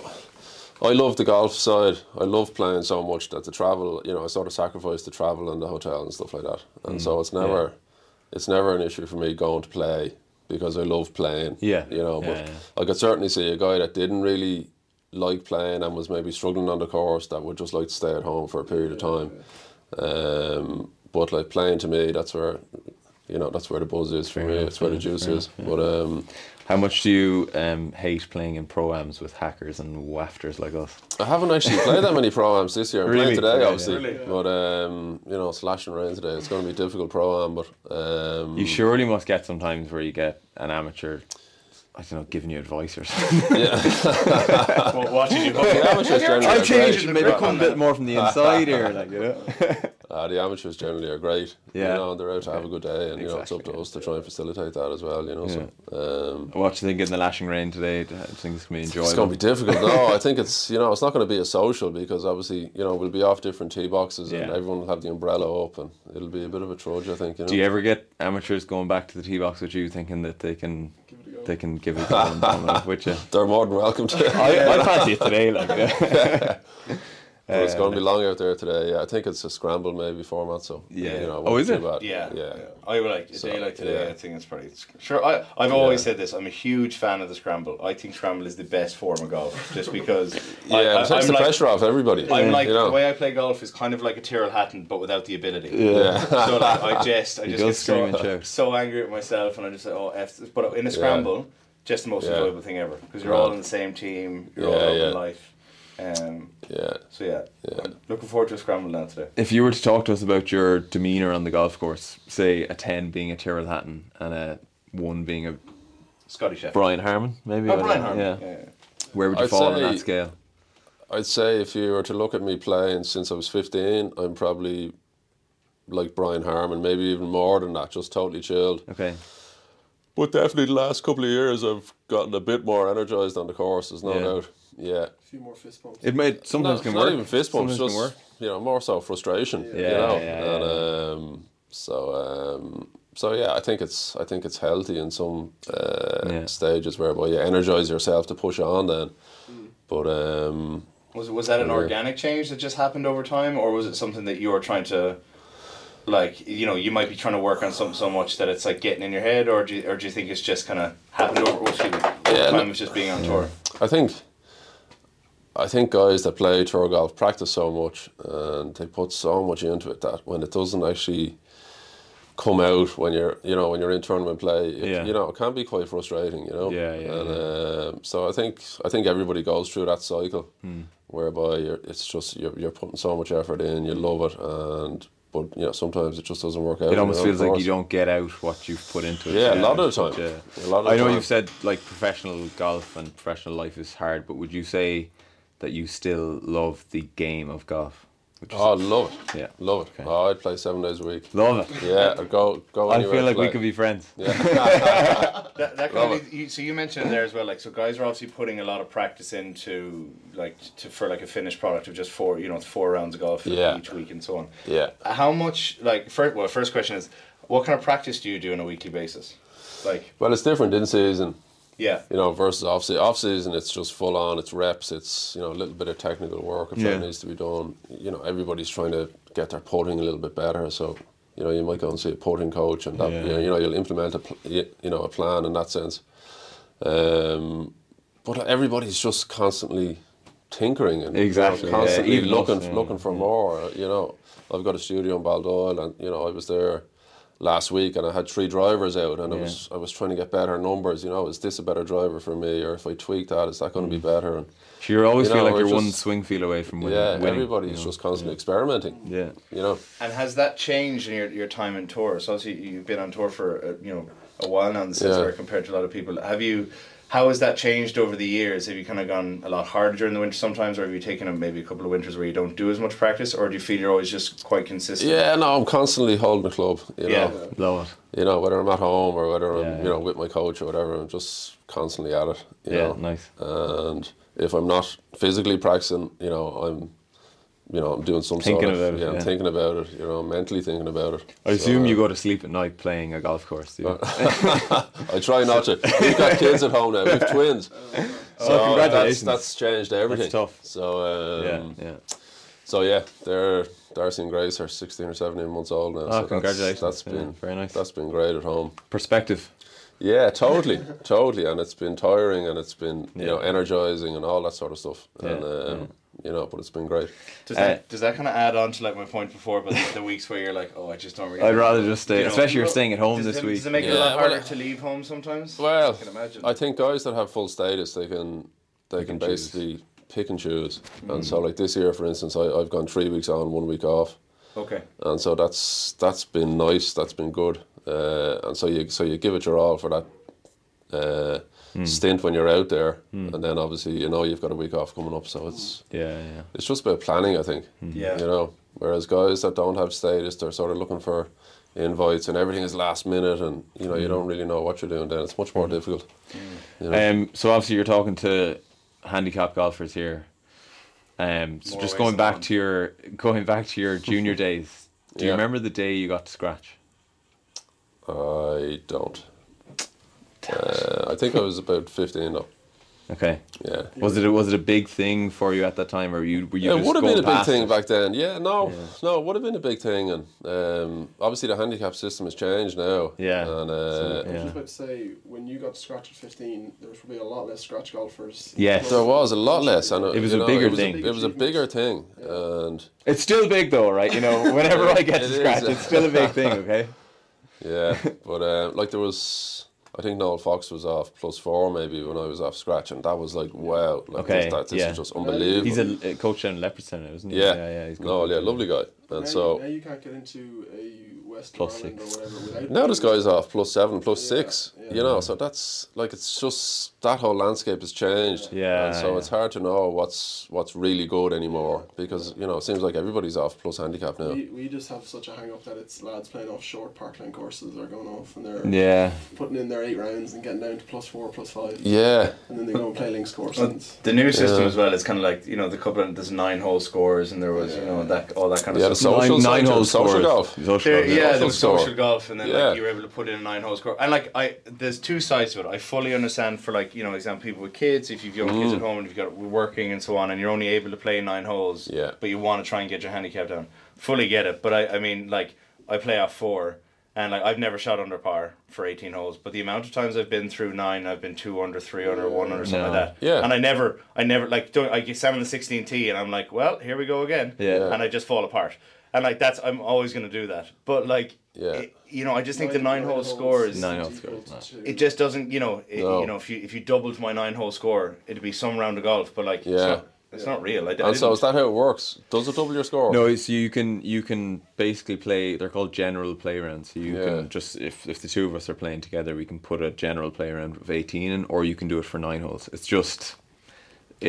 I love the golf side. I love playing so much that the travel, you know, I sort of sacrifice the travel and the hotel and stuff like that. And
Mm.
so it's never, it's never an issue for me going to play because I love playing.
Yeah.
You know, but
Yeah, yeah.
I could certainly see a guy that didn't really like playing and was maybe struggling on the course that would just like to stay at home for a period of time. Um, but like playing to me, that's where you know that's where the buzz is for me.
enough,
It's where the juice
fair
is. But um,
How much do you um, hate playing in proams with hackers and wafters like us?
I haven't actually played that many pro-ams this year. I'm
Really?
playing today,
Yeah,
obviously.
yeah. Really?
But, um, you know, it's lashing rain today. It's going to be a difficult pro-am, but...
[LAUGHS]
Um,
You surely must get sometimes where you get an amateur, I don't know, giving you advice or
[LAUGHS]
something.
What, what did you
The amateurs generally are great.
maybe come a bit
more from the inside here, like you know.
Uh, the amateurs generally are great.
Yeah.
You know, and they're out to have a good day, and, you know, it's up to
Exactly,
us to try and facilitate that as well, you know. So, um,
[LAUGHS] What do you think in the lashing rain today? Do you think it's gonna be enjoyable?
It's going to
[LAUGHS]
be difficult. No, I think it's you know it's not going to be a social because obviously you know we'll be off different tee boxes and
Yeah.
everyone will have the umbrella up and it'll be a bit of a trudge. I think. You know?
do you ever get amateurs going back to the tee box with you, thinking that they can,
Give it a go.
they can give it a go and dominate with
[LAUGHS]
you?
They're more than welcome to.
[LAUGHS] I, I fancy it today, like. [LAUGHS]
But it's
Uh,
going to be long out there today. Yeah, I think it's a scramble maybe format. So
Yeah.
you know,
Oh, is
won't be
it?
bad.
Yeah,
yeah,
I would like a day like today.
yeah.
I think it's pretty. it's- Sure, I I've always said this. I'm a huge fan of the scramble. I think scramble is the best form of golf, just
[LAUGHS]
because.
yeah.
I,
it takes
am
the
like,
pressure off everybody.
I'm like
you know.
the way I play golf is kind of like a Tyrrell Hatton, but without the ability.
Yeah.
so like I just I just
go
get
scream and
so,
shout.
so angry at myself, and I just say, oh f. this." But in a scramble, just the most
Yeah.
enjoyable thing ever because you're all in the same team. You're all
Yeah,
over
yeah.
life. Um,
yeah,
so yeah, I'm looking forward to a scramble now today.
if you were to talk to us about your demeanor on the golf course, say a ten being a Tyrrell Hatton and a one being a
Scotty Sheffield.
Brian Harmon, maybe. I
Oh,
don't
Brian
know,
Harmon.
Yeah.
yeah.
Where would you
I'd
fall on
say-
that scale?
I'd say if you were to look at me playing since I was 15, I'm probably like Brian Harmon, maybe even more than that. Just totally chilled.
Okay.
But definitely the last couple of years, I've gotten a bit more energized on the course. There's no
Yeah.
doubt. Yeah,
A few more fist bumps.
It might sometimes
not,
can
not
work.
even fist bumps,
Sometimes
just
can work.
you know, more so frustration. you
Yeah,
know?
yeah, yeah,
and,
yeah.
Um, so um, so yeah, I think it's I think it's healthy in some uh,
Yeah.
stages whereby you energize yourself to push on then. But um,
Was was that an
Yeah.
organic change that just happened over time, or was it something that you were trying to, like you know, you might be trying to work on something so much that it's like getting in your head, or do you, or do you think it's just kind of happened over? Oh, excuse me, over
Yeah,
time
look-
of just being on tour.
I think I think guys that play tour golf practice so much and they put so much into it that when it doesn't actually come out when you're you know when you're in tournament play it,
Yeah.
you know it can be quite frustrating you know
Yeah, yeah,
and Um, so I think I think everybody goes through that cycle
Hmm.
whereby you're, it's just you're, you're putting so much effort in you love it and but you know sometimes it just doesn't work out
It almost
you know,
feels
of
like you
course.
don't get out what you've put into it.
yeah, a lot of
it's
the time
such a-
a lot of the
I know
time.
you've said like professional golf and professional life is hard, but would you say that you still love the game of golf? Which
Oh, love it.
Yeah.
Love it.
Okay.
Oh, I'd play seven days a week.
Love it.
Yeah, I'd go go
I
anywhere.
feel
to
like we
play.
could be friends. [LAUGHS]
That, that
Love
kind of, you, so you mentioned there as well, like so guys are obviously putting a lot of practice into like to for like a finished product of just four, you know, four rounds of golf
Yeah.
each week and so on.
Yeah.
How much like first? Well, first question is, what kind of practice do you do on a weekly basis? Like,
Well, it's different in season,
yeah,
you know, versus off season. Off season, it's just full on. It's reps. It's you know a little bit of technical work if
Yeah.
that needs to be done. You know, everybody's trying to get their putting a little bit better. So you know, you might go and see a putting coach, and that,
Yeah.
you, know, you know you'll implement a pl- y- you know a plan in that sense. Um, but everybody's just constantly tinkering and you know,
Exactly, yeah.
constantly
Even us,
looking
yeah. Mm.
looking for more. You know, I've got a studio in Baldoyle, and you know I was there last week, and I had three drivers out, and I
Yeah.
was I was trying to get better numbers. You know, is this a better driver for me, or if I tweak that, is that going to be better? And
So you always
You
feel
know,
like
we're
you're one
just-
swing feel away from Mm. winning.
yeah,
winning,
everybody's
you know.
just constantly experimenting.
Yeah.
You know,
and has that changed in your, your time in tour? So obviously you've been on tour for uh, you know a while now, in the sense
Yeah.
where compared to a lot of people, have you? How has that changed over the years? Have you kind of gone a lot harder during the winter sometimes, or have you taken a, maybe a couple of winters where you don't do as much practice, or do you feel you're always just quite consistent?
yeah, no, I'm constantly holding the club. You
Yeah.
know,
Love it.
you know whether I'm at home or whether I'm
Yeah,
you
yeah.
know with my coach or whatever, I'm just constantly at it. You
Yeah,
know?
nice.
And if I'm not physically practicing, you know, I'm, you know, I'm doing some
Thinking
sort of
about it,
yeah, I'm
yeah.
thinking about it. You know, mentally thinking about it.
I assume
uh,
you go to sleep at night playing a golf course. Do you?
[LAUGHS] oh, uh, I try not
[LAUGHS]
to. We've got kids at home now. We've twins. So uh,
congratulations.
That's, that's changed everything.
tough.
So um,
yeah, yeah.
So yeah, they're Darcy and Grace are sixteen or seventeen months old now. so that's-
Oh, congratulations.
that's
Yeah,
been
very nice.
That's been great at home.
Perspective. [LAUGHS]
Yeah, totally, totally, and it's been tiring and it's been you know
Yeah.
energizing and all that sort of stuff. and
Yeah,
um, you know, but it's been great.
Does
Uh,
that does that kind of add on to like my point before about the, the weeks where you're like, oh, I just don't really.
I'd rather just stay,
You know,
especially you're
well,
staying at home
does
this
it,
week.
Does it make it a
Yeah,
lot
well,
harder
uh,
to leave home sometimes?
Well,
I can imagine.
I think guys that have full status, they can they can,
and choose.
basically pick and choose. And so, like this year, for instance, I, I've gone three weeks on, one week off,
okay.
and so that's that's been nice. That's been good. Uh, and so you so you give it your all for that uh, stint when you're out there, and then obviously you know you've got a week off coming up. So it's
yeah, yeah.
it's just about planning, I think.
Yeah.
You know, whereas guys that don't have status, they're sort of looking for invites and everything is last minute, and you know you don't really know what you're doing. Then it's much more difficult. You know?
Um, so obviously you're talking to handicap golfers here. Um, so
More
just
ways
going
than
back
one.
to your going back to your
[LAUGHS]
junior days. Do you
Yeah.
remember the day you got to scratch?
I don't. Uh, I think I was about fifteen though.
Okay.
Yeah.
Was it a, was it a big thing for you at that time, or you were you?
it
just
would have been a
going
big
past
thing
it?
back then. Yeah, no, no, it would have been a big thing, and um, obviously the handicap system has changed now.
Yeah.
and uh,
I was
Yeah.
just about to say, when you got to scratch at 15, there was probably a lot less scratch golfers.
Yes.
there was a lot less. And
It was
you
a
know,
bigger
it was
thing.
it was a bigger thing, and
It's still big though, right? You
[LAUGHS]
know, whenever I get to
It is.
scratch, it's still a big thing.
[LAUGHS]
Okay. [LAUGHS]
yeah, but uh, like there was. I think Noel Fox was off plus four maybe when I was off scratch, and that was like wow, like
Okay,
this, that, this
yeah.
is just unbelievable.
He's a, a coach down in Leopardstown, isn't he?
yeah,
yeah, yeah. He's good.
Noel, yeah, lovely guy,
now,
and so
you, now you can't get into a West
Plus
Ireland
six.
or whatever without.
Now this guy's off plus seven, plus
Yeah,
six.
yeah.
You know, so that's like it's just that whole landscape has changed.
Yeah,
And so
yeah.
it's hard to know what's what's really good anymore because you know it seems like everybody's off plus handicap now.
We, we just have such a hang up that it's lads playing off short parkland courses are going off and they're
Yeah.
putting in their eight rounds and getting down to plus four, plus five.
Yeah,
And then they go and play links course.
Well,
and
the new system
Yeah.
as well. It's kind of like you know the couple. Of, there's nine hole scores, and there was you know that all that kind of
yeah. The
stuff.
social
nine, nine
side,
hole
social
scores.
golf.
Social
There-
golf,
yeah,
Social
there was
score.
social golf, and then
Yeah.
like you were able to put in a nine hole score. And like I, there's two sides to it. I fully understand for like you know, example, people with kids. If you've young kids
Mm.
at home and you've got we're working and so on, and you're only able to play nine holes,
Yeah.
But you want to try and get your handicap down. Fully get it, but I, I mean, like I play off four, and like I've never shot under par for 18 holes. But the amount of times I've been through nine, I've been two under, three under, one under, something
No.
like that.
Yeah.
And I never, I never like don't I get seven the 16 tee, and I'm like, well, here we go again.
Yeah.
And I just fall apart. And like that's I'm always gonna do that. But like
Yeah.
it- you know, I just think the nine hole score is
Nine.
it just doesn't you know it,
No.
you know if you if you doubled my nine hole score, it'd be some round of golf, but like it's
Yeah.
not, it's not real. I, I
And so
didn't-
is that how it works? Does it double your score?
No, so you can you can basically play. They're called general play rounds. So you
Yeah.
can just if if the two of us are playing together, we can put a general play round of eighteen, in, or you can do it for nine holes. It's just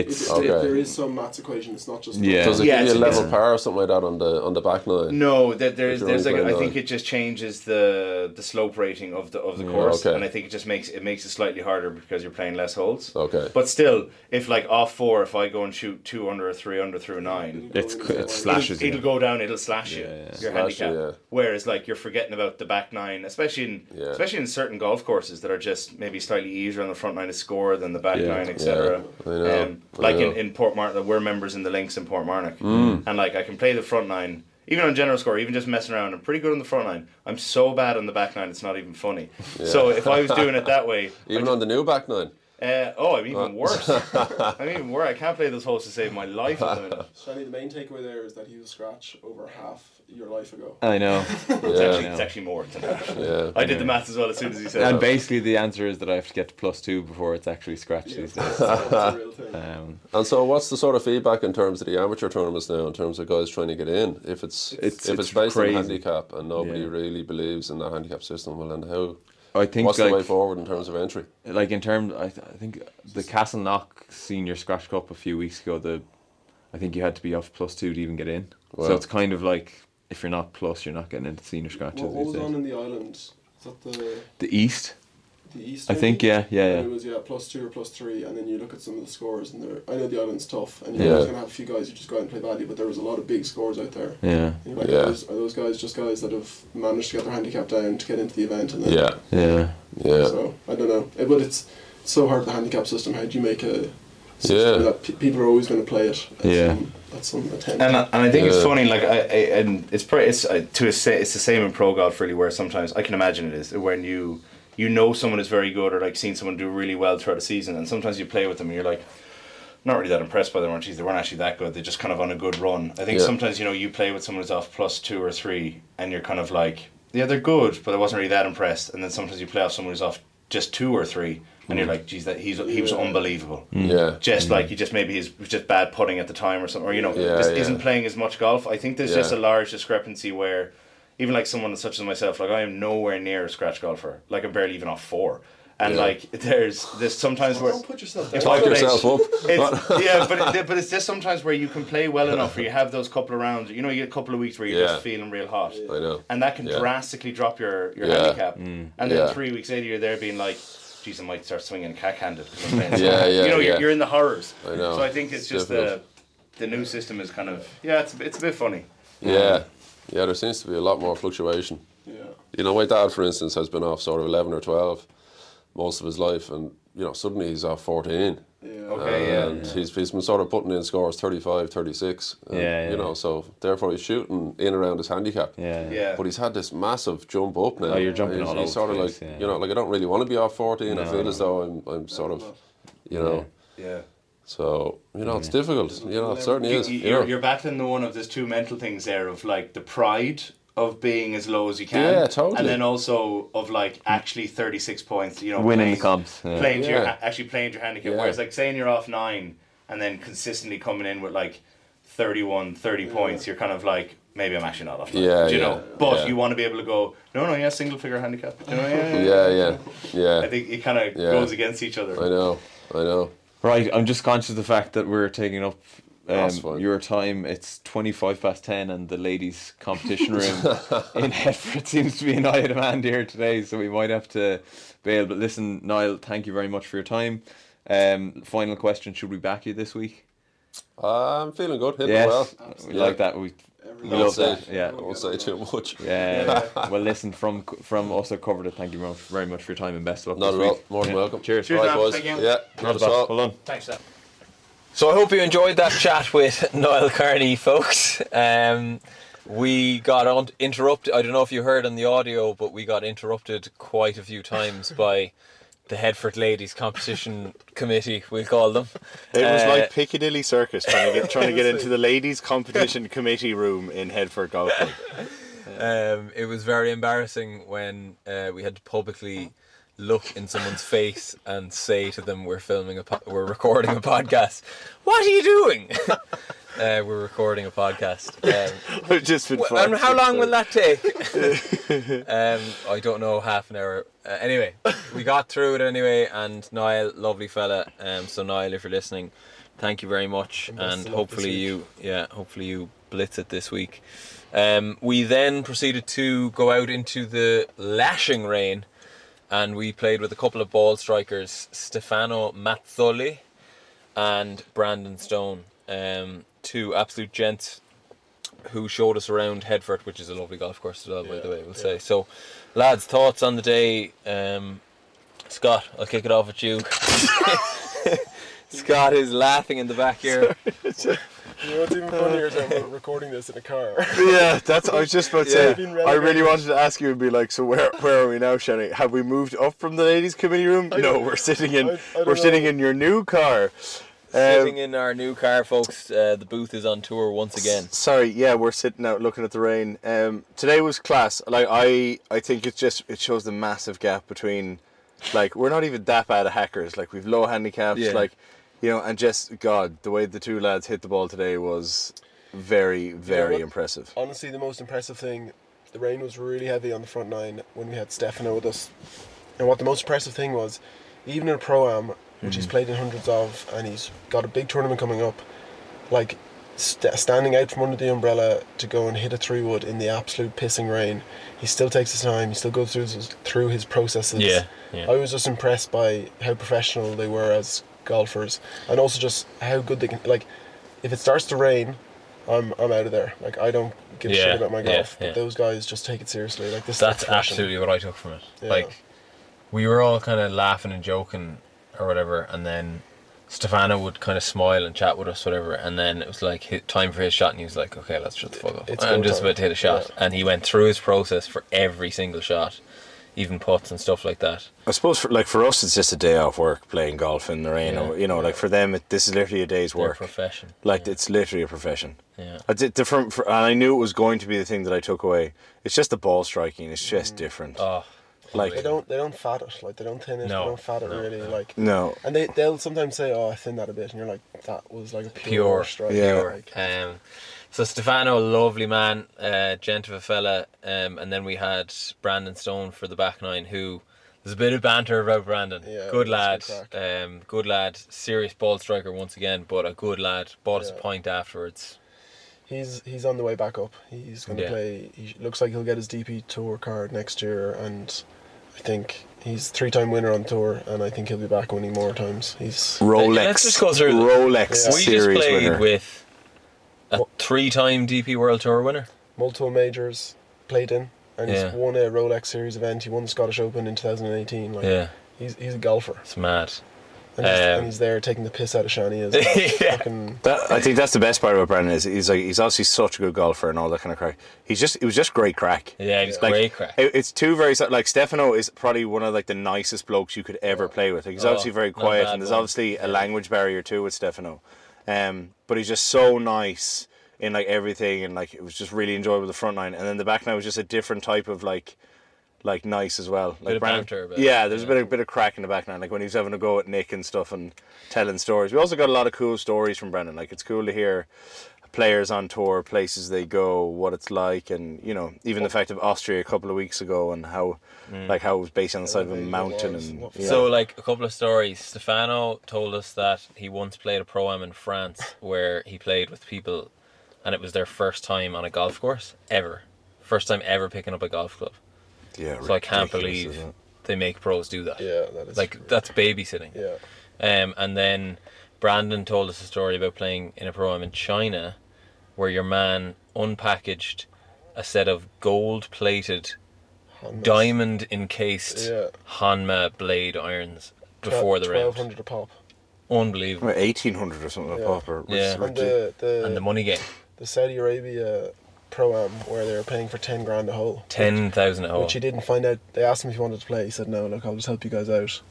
It's
Okay.
There is some maths equation. It's not just
Yeah.
Does it
Yeah,
give you a
it's-
level
yeah.
par or something like that on the on the back nine?
No, that there's
If you're
there's like
only
I
playing
think
nine.
it just changes the the slope rating of the of the
Yeah,
course,
okay.
and I think it just makes it makes it slightly harder because you're playing less holes.
Okay.
But still, if like off four, if I go and shoot two under or three under through nine,
It's c- it
it'll,
slashes. you.
it'll go down. It'll slash you.
Yeah, yeah.
Your
Slash you,
handicap.
yeah.
Whereas like you're forgetting about the back nine, especially in
Yeah.
especially in certain golf courses that are just maybe slightly easier on the front line to score than the back
Yeah.
nine, etc.
Yeah, I know,
Um,
I
like in
know. Mm.
in Port Marnock, we're members in the links in Port Marnock, and like I can play the front nine. Even on general score, even just messing around, I'm pretty good on the front line. I'm so bad on the back nine, it's not even funny. So if I was doing it that way,
[LAUGHS] Even on the new back nine.
uh, oh, I'm
[LAUGHS]
even worse. I'm even worse. I can't play those holes to save my life at the
[LAUGHS]
minute.
Shani, the main takeaway there is that he was scratch over half your
[LAUGHS]
life ago.
I know.
It's,
Yeah.
I
actually,
know.
it's actually more than that.
Yeah.
I did the maths as well as soon as he said
And
that.
basically, the answer is that I have to get to plus two before it's actually scratched these days.
[LAUGHS] That's a real thing.
Um,
And so, what's the sort of feedback in terms of the amateur tournaments now, in terms of guys trying to get in? If it's,
It's-
if
it's
it's, based
crazy.
on handicap and nobody
Yeah.
really believes in that handicap system, well, then how?
I think
What's
like
the way forward in terms of entry?
like in terms, I, th- I think the Castle Knock Senior Scratch Cup a few weeks ago, the I think you had to be off plus two to even get in. So
Wow.
it's kind of like if you're not plus, you're not getting into senior scratches
What, what
these
was
days.
on in the island? Is that the,
the East,
the east?
I think, yeah, yeah,
It
yeah.
was yeah plus two or plus three, and then you look at some of the scores, and there. I know the island's tough, and you're
Yeah.
just gonna have a few guys who just go out and play badly, but there was a lot of big scores out there.
yeah,
And you're like,
Yeah.
are, those, are those guys just guys that have managed to get their handicap down to get into the event? And then,
Yeah,
yeah.
yeah,
So I don't know, Eh, but it's it's so hard the handicap system. How do you make a
Yeah.
that pe- people are always going to play it? At
Yeah.
some, at some attempt.
And I, and I think it's
Yeah.
funny, like I, I and it's pretty, it's uh, to a say, it's the same in pro golf really, where sometimes I can imagine it is when you you know someone is very good or like seen someone do really well throughout a season, and sometimes you play with them and you're like. Not really that impressed by them, aren't you? They weren't actually that good. They're just kind of on a good run. I think
Yeah.
sometimes you know you play with someone who's off plus two or three, and you're kind of like, yeah, they're good, but I wasn't really that impressed. And then sometimes you play off someone who's off just two or three, and
Mm.
you're like, geez, that he's he was
Yeah.
unbelievable
Mm.
yeah,
just like he just maybe is was just bad putting at the time or something, or you know,
Mm. Yeah,
just
yeah.
isn't playing as much golf. I think there's just a
Yeah.
large discrepancy where, even like someone such as myself, like I am nowhere near a scratch golfer. Like I'm barely even off four, and
Yeah.
like there's there's sometimes where.
don't put yourself
If
down.
I
Lock
play-
yourself up.
[LAUGHS]
It's,
[LAUGHS]
yeah, but it, but it's just sometimes where you can play well enough, where you have those couple of rounds. You know, you get a couple of weeks where you're
Yeah.
just feeling real hot,
I know.
and that can
Yeah.
drastically drop your your
Yeah. Mm.
handicap. And then
Yeah.
three weeks later, you're there being like, "Geez, I might start swinging cack-handed." 'cause I'm playing so
[LAUGHS] Yeah,
hard."
yeah,
you know, you're,
yeah.
you're in the horrors.
I know.
So I think it's,
It's
just the
difficult.
the new system is kind of yeah, it's a bit- it's a bit funny.
Yeah, yeah. There seems to be a lot more fluctuation.
yeah.
You know, my dad, for instance, has been off sort of eleven or twelve most of his life, and you know, suddenly he's off fourteen.
Yeah.
Okay, yeah.
and he's, he's been sort of putting in scores 35, 36. and,
Yeah, yeah.
You know, so therefore he's shooting in around his handicap.
Yeah.
Yeah.
But he's had this massive jump up now.
Oh, you're jumping
he's,
all
he's
over
sort of
the
like,
place, yeah.
you know, like I don't really want to be off 14. I
No,
feel
no.
as though I'm, I'm sort of, you know,
Yeah.
so, you know, it's difficult. You know, it certainly
You,
is. you
are
know.
you're battling the one of there's two mental things there of like the pride of being as low as you can,
Yeah, totally.
and then also of like actually 36 points, you know,
Winning
playing-
comps. Yeah.
playing to your
Yeah.
actually playing to your handicap.
Yeah.
Whereas like saying you're off nine and then consistently coming in with like 31, 30 points, you're kind of like maybe I'm actually not off. Nine,
Yeah,
do you
yeah,
know. But
yeah.
you want to be able to go no, no, yeah, single figure handicap. You know, yeah, yeah, yeah.
[LAUGHS] yeah,
[LAUGHS]
yeah, yeah.
I think it kind of
Yeah.
goes against each other.
I know, I know.
Right, I'm just conscious of the fact that we're taking up
That's fine.
um, your time. It's 25 past 10, and the ladies' competition
[LAUGHS]
room in Hereford seems to be in high demand here today, so we might have to bail. But listen, Niall, thank you very much for your time. Um, final question Should we back you this week?
I'm feeling good, hitting
Yes,
well.
we like that. We, uh, we
Everyone
love
else-
say-
that. Yeah.
I won't say too much.
Yeah. well, listen, from from us at Covered It, thank you very much- very much for your time and best of luck.
Not
this
at all.
week.
More than
Yeah.
welcome.
Cheers.
Cheers,
Right,
man.
boys.
Thank you.
Yeah, not
Cheers,
at
boss.
all.
Well done.
Thanks, Seth.
So I hope you enjoyed that chat with [LAUGHS] Niall Carney, folks. Um, we got on interrupted. I don't know if you heard on the audio, but we got interrupted quite a few times by the Headford Ladies Competition Committee. We'll call them.
It was
Uh,
like Piccadilly Circus trying to get trying to
[LAUGHS]
get into the ladies' competition committee room in Headford Golf Club. [LAUGHS]
um, it was very embarrassing when uh, we had to publicly look in someone's face and say to them, "We're filming a, po- we're recording a podcast. What are you doing?" [LAUGHS] uh, we're recording a podcast. Um,
I've just been
w- and
fired.
how long will that take? [LAUGHS] um, I don't know, half an hour. Uh, anyway, we got through it anyway, and Niall, lovely fella. Um, so Niall, if you're listening, thank you very much, and,
best of luck this
hopefully
week.
you, yeah, hopefully you blitz it this week. Um, we then proceeded to go out into the lashing rain, and we played with a couple of ball strikers, Stefano Mazzoli and Brandon Stone, um, two absolute gents who showed us around Headfort, which is a lovely golf course as well, by the way, we'll say. So, lads, thoughts on the day? Um, Scott, I'll kick it off at you. [LAUGHS] Scott is laughing in the back here.
You know what's even funnier is that we're recording this in a car.
Yeah, that's. I was just about to
Yeah.
say. I really wanted to ask you and be like, so where where are we now, Shannon? Have we moved up from the ladies' committee room? No, we're sitting in
I- I don't
we're sitting
know.
in your new car.
Sitting
Um,
in our new car, folks. Uh, the booth is on tour once again.
sorry, yeah, we're sitting out looking at the rain. Um, today was class. Like I, I think it's just it shows the massive gap between, like we're not even that bad at hackers. Like we've low handicaps.
Yeah.
Like, you know, and just God, the way the two lads hit the ball today was very very
what?
impressive.
Honestly, the most impressive thing, the rain was really heavy on the front nine when we had Stefano with us. And what the most impressive thing was, even in a pro am, which
Mhm.
he's played in hundreds of, and he's got a big tournament coming up, like st- standing out from under the umbrella to go and hit a three wood in the absolute pissing rain, he still takes his time, he still goes through his, through his processes.
Yeah, yeah.
I was just impressed by how professional they were as golfers, and also just how good they can. Like, if it starts to rain, I'm I'm out of there. Like, I don't give a
Yeah,
shit about my
yeah,
golf.
yeah.
But those guys just take it seriously. Like this. is
That's
their profession.
absolutely what I took from it.
Yeah.
Like, we were all kind of laughing and joking or whatever, and then Stefano would kind of smile and chat with us, whatever, and then it was like hi time for his shot, and he was like, "Okay, let's shut the fuck up.
It's
I'm
go
just
time."
about to hit a shot," and he went through his process for every single shot, even putts and stuff like that.
I suppose for like for us, it's just a day off work playing golf in the rain. Or, you know, like for them, it, this is literally a day's
Their
work.
profession.
like it's literally a profession.
Yeah.
I did different, for, and I knew it was going to be the thing that I took away. It's just the ball striking. It's just different.
Oh,
like
They don't they don't fat it. Like they don't thin it.
No,
they don't fat it
no,
really.
no.
Like.
no,
And they they'll sometimes say, "Oh, I thinned that a bit," and you're like, "That was like a pure,
Pure,
strike."
yeah.
Like,
Um, so Stefano, lovely man, uh, gent of a fella, um, and then we had Brandon Stone for the back nine. Who there's a bit of banter about Brandon.
Yeah,
good lad,
that's good
um, good lad, serious ball striker once again, but a good lad. Bought us a
Yeah.
pint afterwards.
he's he's on the way back up. He's going to
Yeah.
play. He looks like he'll get his DP tour card next year, and I think he's three time winner on tour, and I think he'll be back winning more times. He's
Rolex.
let's just go through the-
Rolex
Yeah.
we just
series
played
winner.
with a three-time DP World Tour winner.
multiple majors played in, and
Yeah.
he's won a Rolex Series event. He won the Scottish Open in 2018. Like,
Yeah,
he's he's a golfer,
it's mad. [LAUGHS]
and, he's,
Um,
and he's there taking the piss out of Shani
[LAUGHS]
as well.
Yeah.
Fucking-
That, I think that's the best part about Brandon is he's like he's obviously such a good golfer and all that kind of crack. He's just it was just great crack.
Yeah, he's
Like,
great crack.
it- it's two very like Stefano is probably one of like the nicest blokes you could ever play with. Like, he's
Oh,
obviously very
not a
quiet,
bad
and there's
one.
obviously a language barrier too with Stefano, um, but he's just so nice in like everything, and like it was just really enjoyable the front nine, and then the back nine was just a different type of like. Like nice as well, like
of
Brandon-
banter about it,
yeah, there's
yeah.
been a bit of crack in the back nine, like when he was having a go at Nick and stuff and telling stories. We also got a lot of cool stories from Brandon. Like it's cool to hear players on tour, places they go, what it's like, and you know, even the fact of Austria a couple of weeks ago and how, like, how it was based on the side of a
amazing it
mountain
was.
and
What-
you
So,
know.
like a couple of stories. Stefano told us that he once played a pro am in France where he played with people, and it was their first time on a golf course ever, first time ever picking up a golf club.
yeah,
So I can't
ridiculous,
believe
isn't it?
they make pros do that.
yeah, that is
like that's babysitting.
yeah.
Um, and then Brandon told us a story about playing in a pro am in China, where your man unpackaged a set of gold-plated
Hondas.
diamond encased
Yeah.
Hanma blade irons
Twe-
before the round.
1200 a pop.
Unbelievable.
Well, 1800 or something
Yeah.
a pop or which
Yeah.
is
And uh,
ridiculous.
the the,
And the money game,
the Saudi Arabia pro am where they were paying for ten grand a hole.
ten thousand at home.
which he didn't find out. They asked him if he wanted to play. He said, "No, look, I'll just help you guys out."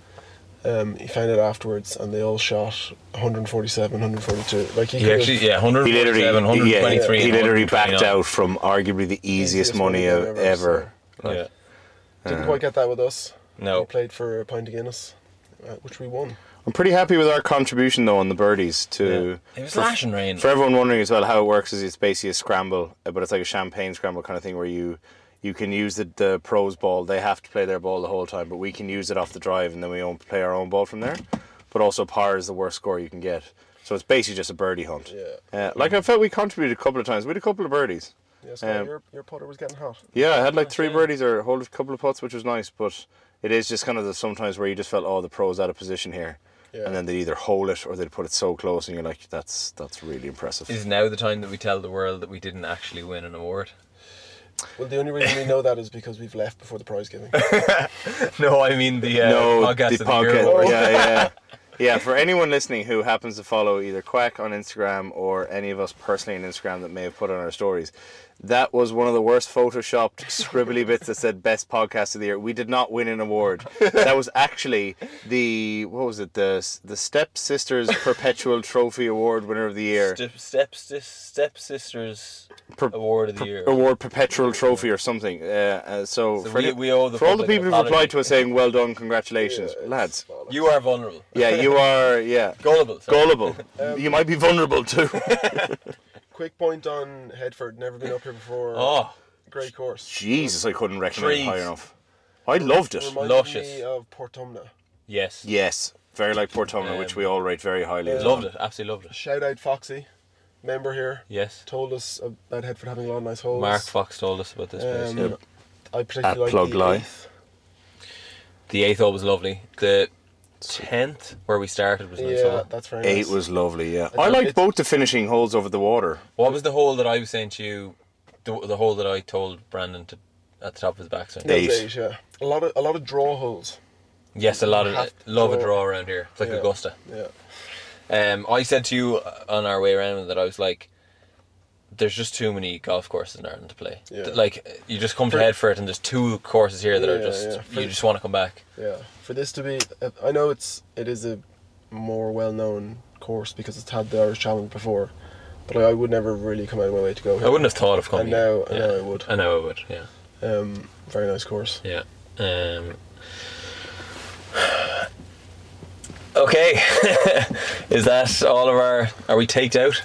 Um, he found out afterwards, and they all shot 147, 142. Like he,
He
could
actually,
have-
yeah,
He
147,
literally,
123.
yeah, he
and
literally backed
129.
out from arguably the easiest,
Easiest
money,
money
ever.
I've ever
ever.
Yeah.
didn't quite get that with us.
No.
we played for a pint of Guinness, uh, which we won.
I'm pretty happy with our contribution though on the birdies to.
It was
for-
lashing rain.
For everyone wondering as well how it works is it's basically a scramble, uh, but it's like a champagne scramble kind of thing where you you can use the, the pros ball. They have to play their ball the whole time, but we can use it off the drive and then we own, play our own ball from there. But also par is the worst score you can get. So it's basically just a birdie hunt.
Yeah.
Uh, like I felt we contributed a couple of times. We had a couple of birdies.
Yeah, Scott,
Um,
your, your putter was getting hot.
Yeah, I had like three birdies or a whole couple of putts, which was nice. But it is just kind of the sometimes where you just felt, oh, the pros out of position here,
Yeah.
and then they would either hole it or they'd put it so close, and you're like, that's that's really impressive.
Is now the time that we tell the world that we didn't actually win an award?
Well, the only reason we know that is because we've left before the prize giving.
[LAUGHS] No, I mean the uh, podcast of the year
podca-
award.
Yeah,
[LAUGHS]
yeah. Yeah, for anyone listening who happens to follow either Quack on Instagram or any of us personally on Instagram that may have put on our stories, that was one of the worst
[LAUGHS]
photoshopped scribbly bits that said best podcast of the year. We did not win an award. That was actually the what was it the the stepsisters perpetual trophy award winner of the year.
Step, step, sis- step sisters
Per-
award of the year.
award perpetual trophy or something. Uh, uh, so
So
for,
we-
any-
we owe the
for all the
public
people who
apology.
replied to us saying well done, congratulations, lads.
You are vulnerable,
Yeah, you are. Yeah,
gullible. sorry. [LAUGHS]
gullible.
Um,
you might be vulnerable too.
Quick point on Headford. Never been up here before.
Oh,
Great course.
Jesus, I couldn't recommend it high
Trees.
enough. I loved it.
Reminded
luscious.
me of Portumna.
yes,
Yes, very like Portumna, which
Um,
we all rate very highly. as well.
loved it. Absolutely loved it.
Shout out Foxy, member here.
Yes,
Told us about Headford having a lot of nice holes.
Mark Fox told us about this place.
Um, I particularly
At
like
Plug
the
Lie.
eighth.
The eighth hole was lovely. The tenth where we started was nice.
Yeah,
hole.
that's very
Eight
nice.
was lovely. Yeah,
I
I
don't-
liked
it's-
both the finishing holes over the water.
What was the hole that I was saying to you? The, the hole that I told Brandon to at the top of his backswing.
That was
eight.
eight, yeah. A lot of a lot of draw holes.
Yes, a lot of
Half
love a
draw.
draw around here. It's like
Yeah.
Augusta.
Yeah.
Um, I said to you uh, on our way around that I was like, "There's just too many golf courses in Ireland to play.
Yeah.
Th- Like you just come to
For-
head for it, and there's two courses here that are
Yeah,
just
yeah. For-
you just want to come back.
Yeah, for this to be, I know it's it is a more well known course because it's had the Irish Challenge before, but I, I would never really come out of my way to go. Here.
I wouldn't have thought of
I
coming.
know, I
here.
know,
Oh, Yeah.
I would.
I know I would. Yeah,
Um, very nice course.
yeah. Um, okay, [LAUGHS] is that all of our? Are we taked out?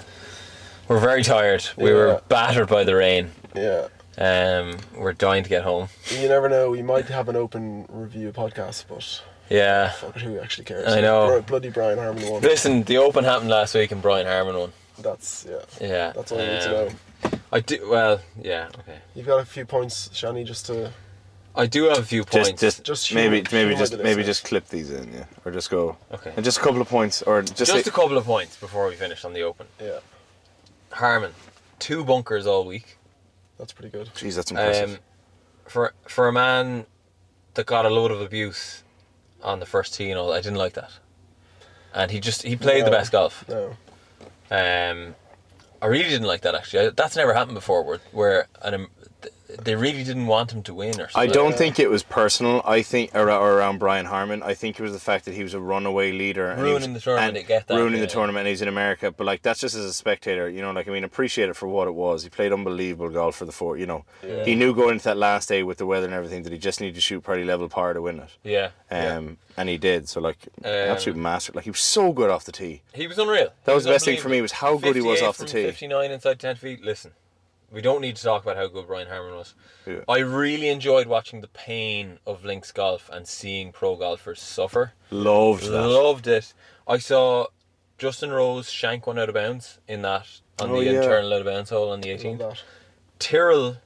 We're very tired. We
Yeah.
were battered by the rain.
Yeah,
Um, we're dying to get home.
you never know. We might have an open review podcast, but
Yeah.
fuck it, who actually cares?
I know.
Bro- bloody Brian Harmon
[LAUGHS]
won.
Listen, the Open happened last week, and Brian Harmon won.
That's yeah.
Yeah.
That's all you need to
um,
know.
I do well, yeah, okay.
You've got a few points, Shani, just to
I do have a few points.
Just, just,
Just
maybe,
humor-
maybe,
humor
just,
the
maybe,
listeners.
just clip these in, yeah, or just go.
Okay.
And just a couple of points, or just,
Just
say-
a couple of points before we finish on the open.
yeah.
Harmon, two bunkers all week.
That's pretty good.
Jeez, that's impressive.
Um, for for a man that got a load of abuse on the first tee and all, I didn't like that. And he just he played the
No.
best golf.
No.
Um, I really didn't like that actually. I, that's never happened before. Where where an, em- th- they really didn't want him to win or something.
I don't think it was personal. I think or, or around Brian Harmon. I think it was the fact that he was a runaway leader, and he was-
Ruining the tournament,
and
I get that,
ruining
yeah.
the tournament. He's in America, but like that's just as a spectator, you know. Like I mean, appreciate it for what it was. He played unbelievable golf for the four. You know, he knew going into that last day with the weather and everything that he just needed to shoot pretty level par to win it.
Yeah, Um,
Um, and he did. So like, an absolute master. Like he was so good off the tee.
he was unreal.
That
He
was the best thing for me
unbelievable.
was how good he was
58
off the
from
tee.
59 inside 10 feet. Listen, we don't need to talk about how good Brian Harmon was.
Yeah.
I really enjoyed watching the pain of links golf and seeing pro golfers suffer.
Loved that.
Loved it. I saw Justin Rose shank one out of bounds in that on
Oh,
the
yeah.
internal out of bounds hole on the
Love
18th.
that.
Tyrrell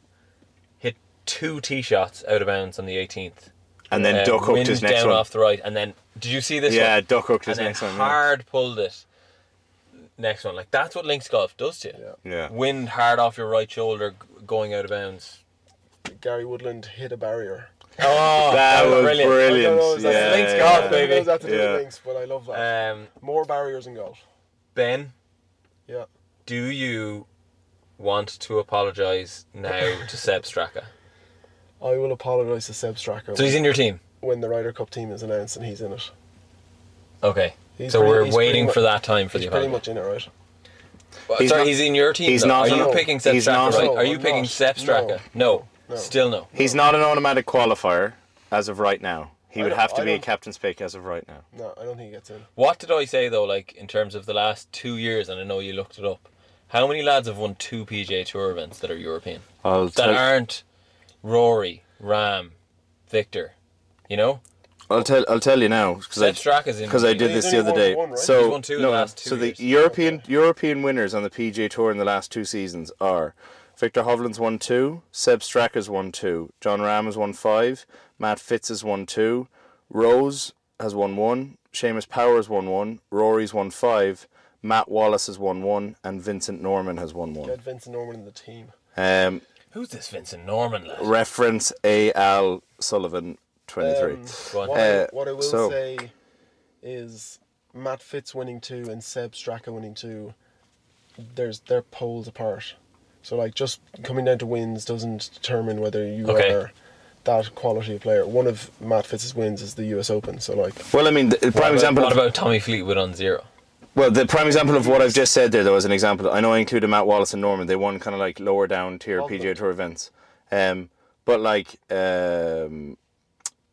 hit two tee shots out of bounds on the 18th.
and then
Uh,
duck hooked
wind
his next
down
one.
off the right, and then did you see this?
yeah,
one?
duck hooked
and
his
then
next one. yeah.
hard pulled it. Next one, like that's what links golf does to you.
Yeah.
Wind hard off your right shoulder, g- going out of bounds.
Gary Woodland hit a barrier.
Oh,
[LAUGHS] That was brilliant.
I don't know, is that
yeah,
Link's
yeah,
golf,
I
yeah.
don't know
baby.
if that's to do with
Yeah. Uh,
links, but I love that.
Um,
More barriers in golf.
ben,
Yeah.
do you want to apologise now to Seb Straka?
I will apologise to Seb Straka
So he's in your team.
when the Ryder Cup team is announced and he's in it.
Okay.
He's
so
pretty- he's
we're
pretty
waiting
mu-
for that time for
He's
the
pretty
apology.
much in it, right?
Well,
He's
Sorry,
not-
he's in your team.
he's
though.
not-
Are you
no.
picking Seb
He's
Straka?
not-
Right?
No,
Are you
I'm
picking
not.
Seb
No.
Straka? No.
No.
Still no.
He's not an automatic qualifier as of right now. He
I
would
don't-
have to
I
be a
don't-
captain's pick as of right now.
No, I don't think he gets in.
What did I say though? Like in terms of the last two years, and I know you looked it up. How many lads have won two PGA Tour events that are European
I'll
that
tell,
aren't Rory, Ram, Victor? You know,
I'll tell I'll tell you now because I
Seth Straka's in
because I did
He's
this
only
the other
won
day.
one, right?
So
He's won two in the last two
so the
years.
European European winners on the PGA Tour in the last two seasons are Victor Hovland's won two, Seb Straka's won two, John Ram has won five, Matt Fitz has won two, Rose has won one, Seamus Power has won one, Rory's won five, Matt Wallace has won one, and Vincent Norman has won one.
Get Vincent Norman in the team.
Um,
Who's this Vincent Norman lad?
reference A. Al Sullivan, twenty three.
Um,
Go on.
What, I,
Uh,
what I will
so-
say is Matt Fitz winning two and Seb Straka winning two. There's they're poles apart. So like just coming down to wins doesn't determine whether you
Okay.
are that quality of player. One of Matt Fitz's wins is the U.S. Open. So like
well, I mean, the, the prime example
What
of
about Tommy Fleetwood on zero?
Well, the prime example of what I've just said there, though, as an example, I know I included Matt Wallace and Norman. They won kind of like lower down tier PGA Tour events, um, but like um,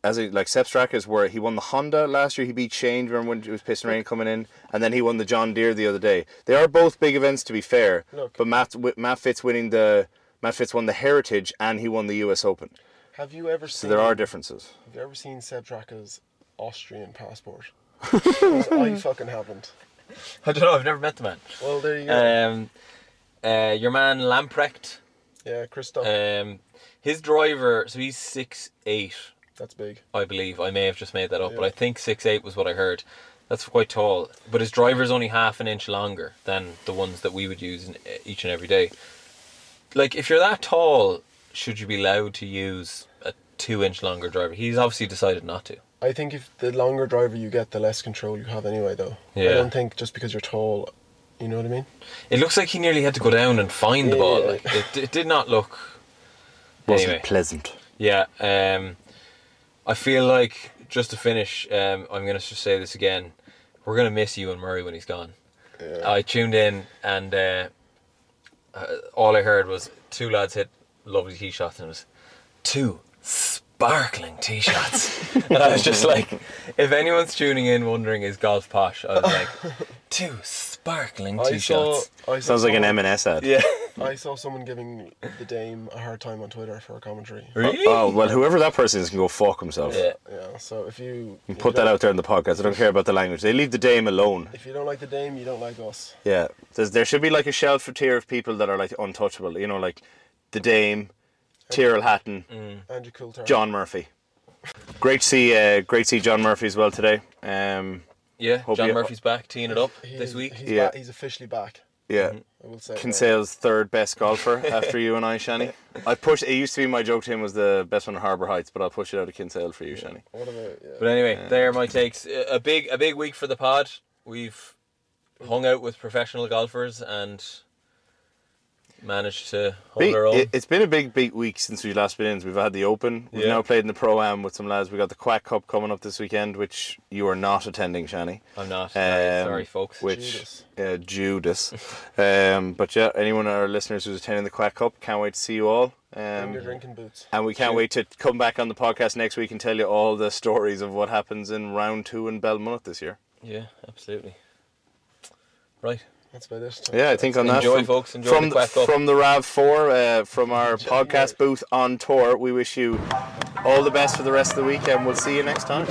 as a, like Sepp Straka's where he won the Honda last year. He beat Shane. Remember when it was pissing rain coming in, and then he won the John Deere the other day. They are both big events, to be fair.
Look.
But Matt wi- Matt Fitz winning the Matt Fitz won the Heritage and he won the U.S. Open.
have you ever
So
seen
there are differences.
have you ever seen Seb Straka's Austrian
[LAUGHS]
passport? 'Cause I fucking haven't.
[LAUGHS] I don't know. I've never met the man.
Well, there you go.
Um, uh, your man Lamprecht.
yeah, Christoph.
uh,
Um, his driver. So he's six eight,
that's big.
I believe. I may have just made that up, but
Yeah.
I think six eight was what I heard. That's quite tall. But his driver's only half an inch longer than the ones that we would use in uh, each and every day. Like, if you're that tall, should you be allowed to use a two inch longer driver? He's obviously decided not to.
I think if the longer driver you get, the less control you have anyway, though.
Yeah.
I don't think just because you're tall, you know what I mean?
It looks like he nearly had to go down and find the ball.
Yeah.
Like, it, it did not look. Anyway.
pleasant.
Yeah, um, I feel like just to finish, um, I'm gonna just say this again. We're gonna miss you and Murray when he's gone. I tuned in and uh, uh, all I heard was two lads hit lovely tee shots and it was two sparkling tee
[LAUGHS]
shots, and I was just like, if anyone's tuning in wondering is golf posh, I was like, two sparkling
I
tee
saw,
shots.
I saw.
Sounds like an
someone-
M&S ad.
Yeah,
I saw someone giving the dame a hard time on Twitter for her commentary.
really?
[LAUGHS] Oh well, whoever that person is can go fuck himself.
Yeah.
Yeah. So if you,
And
if you
put that
don't-
out there in the podcast. I don't care about the language. They leave the dame alone.
If you don't like the dame, you don't like us.
Yeah. There's, there should be like a shelf tier of people that are like untouchable. You know, like the dame, Tyrrell Hatton,
Mm.
And you cool turn.
John Murphy. Great to see, uh, great to see John Murphy as well today. Um,
Yeah,
Hope
John
you-
Murphy's back teeing it up this
He's-
week.
He's,
Yeah.
ba- he's officially back.
yeah.
Mm-hmm.
I will say. that.
Kinsale's third best
[LAUGHS]
golfer after you and I, Shani. I push. It used to be my joke to him was the best one at Harbour Heights, but I'll push it out of Kinsale for you, Shani.
What about? Yeah.
But anyway, there are my takes. A a big a big week for the pod. We've hung out with professional golfers and managed to hold
Big-
our own.
It, has been a big, big week since we last been in. We've had the Open. We've
Yeah.
now played in the Pro Am with some lads. We got the Quack Cup coming up this weekend, which you are not attending, Shani.
I'm not
Um,
sorry, folks.
Which
Judas.
Uh, Judas. um, but yeah, anyone of our listeners who's attending the Quack Cup, can't wait to see you all.
Bring your
Um,
drinking boots.
and we can't wait to come back on the podcast next week and tell you all the stories of what happens in round two in Belmont this year.
yeah, absolutely. Right.
That's about it.
Yeah, I think on that.
Enjoy,
from,
folks. Enjoy
from
the Quack Cup.
From the Rav Four, uh, from our podcast booth on tour, we wish you all the best for the rest of the weekend. We'll see you next time.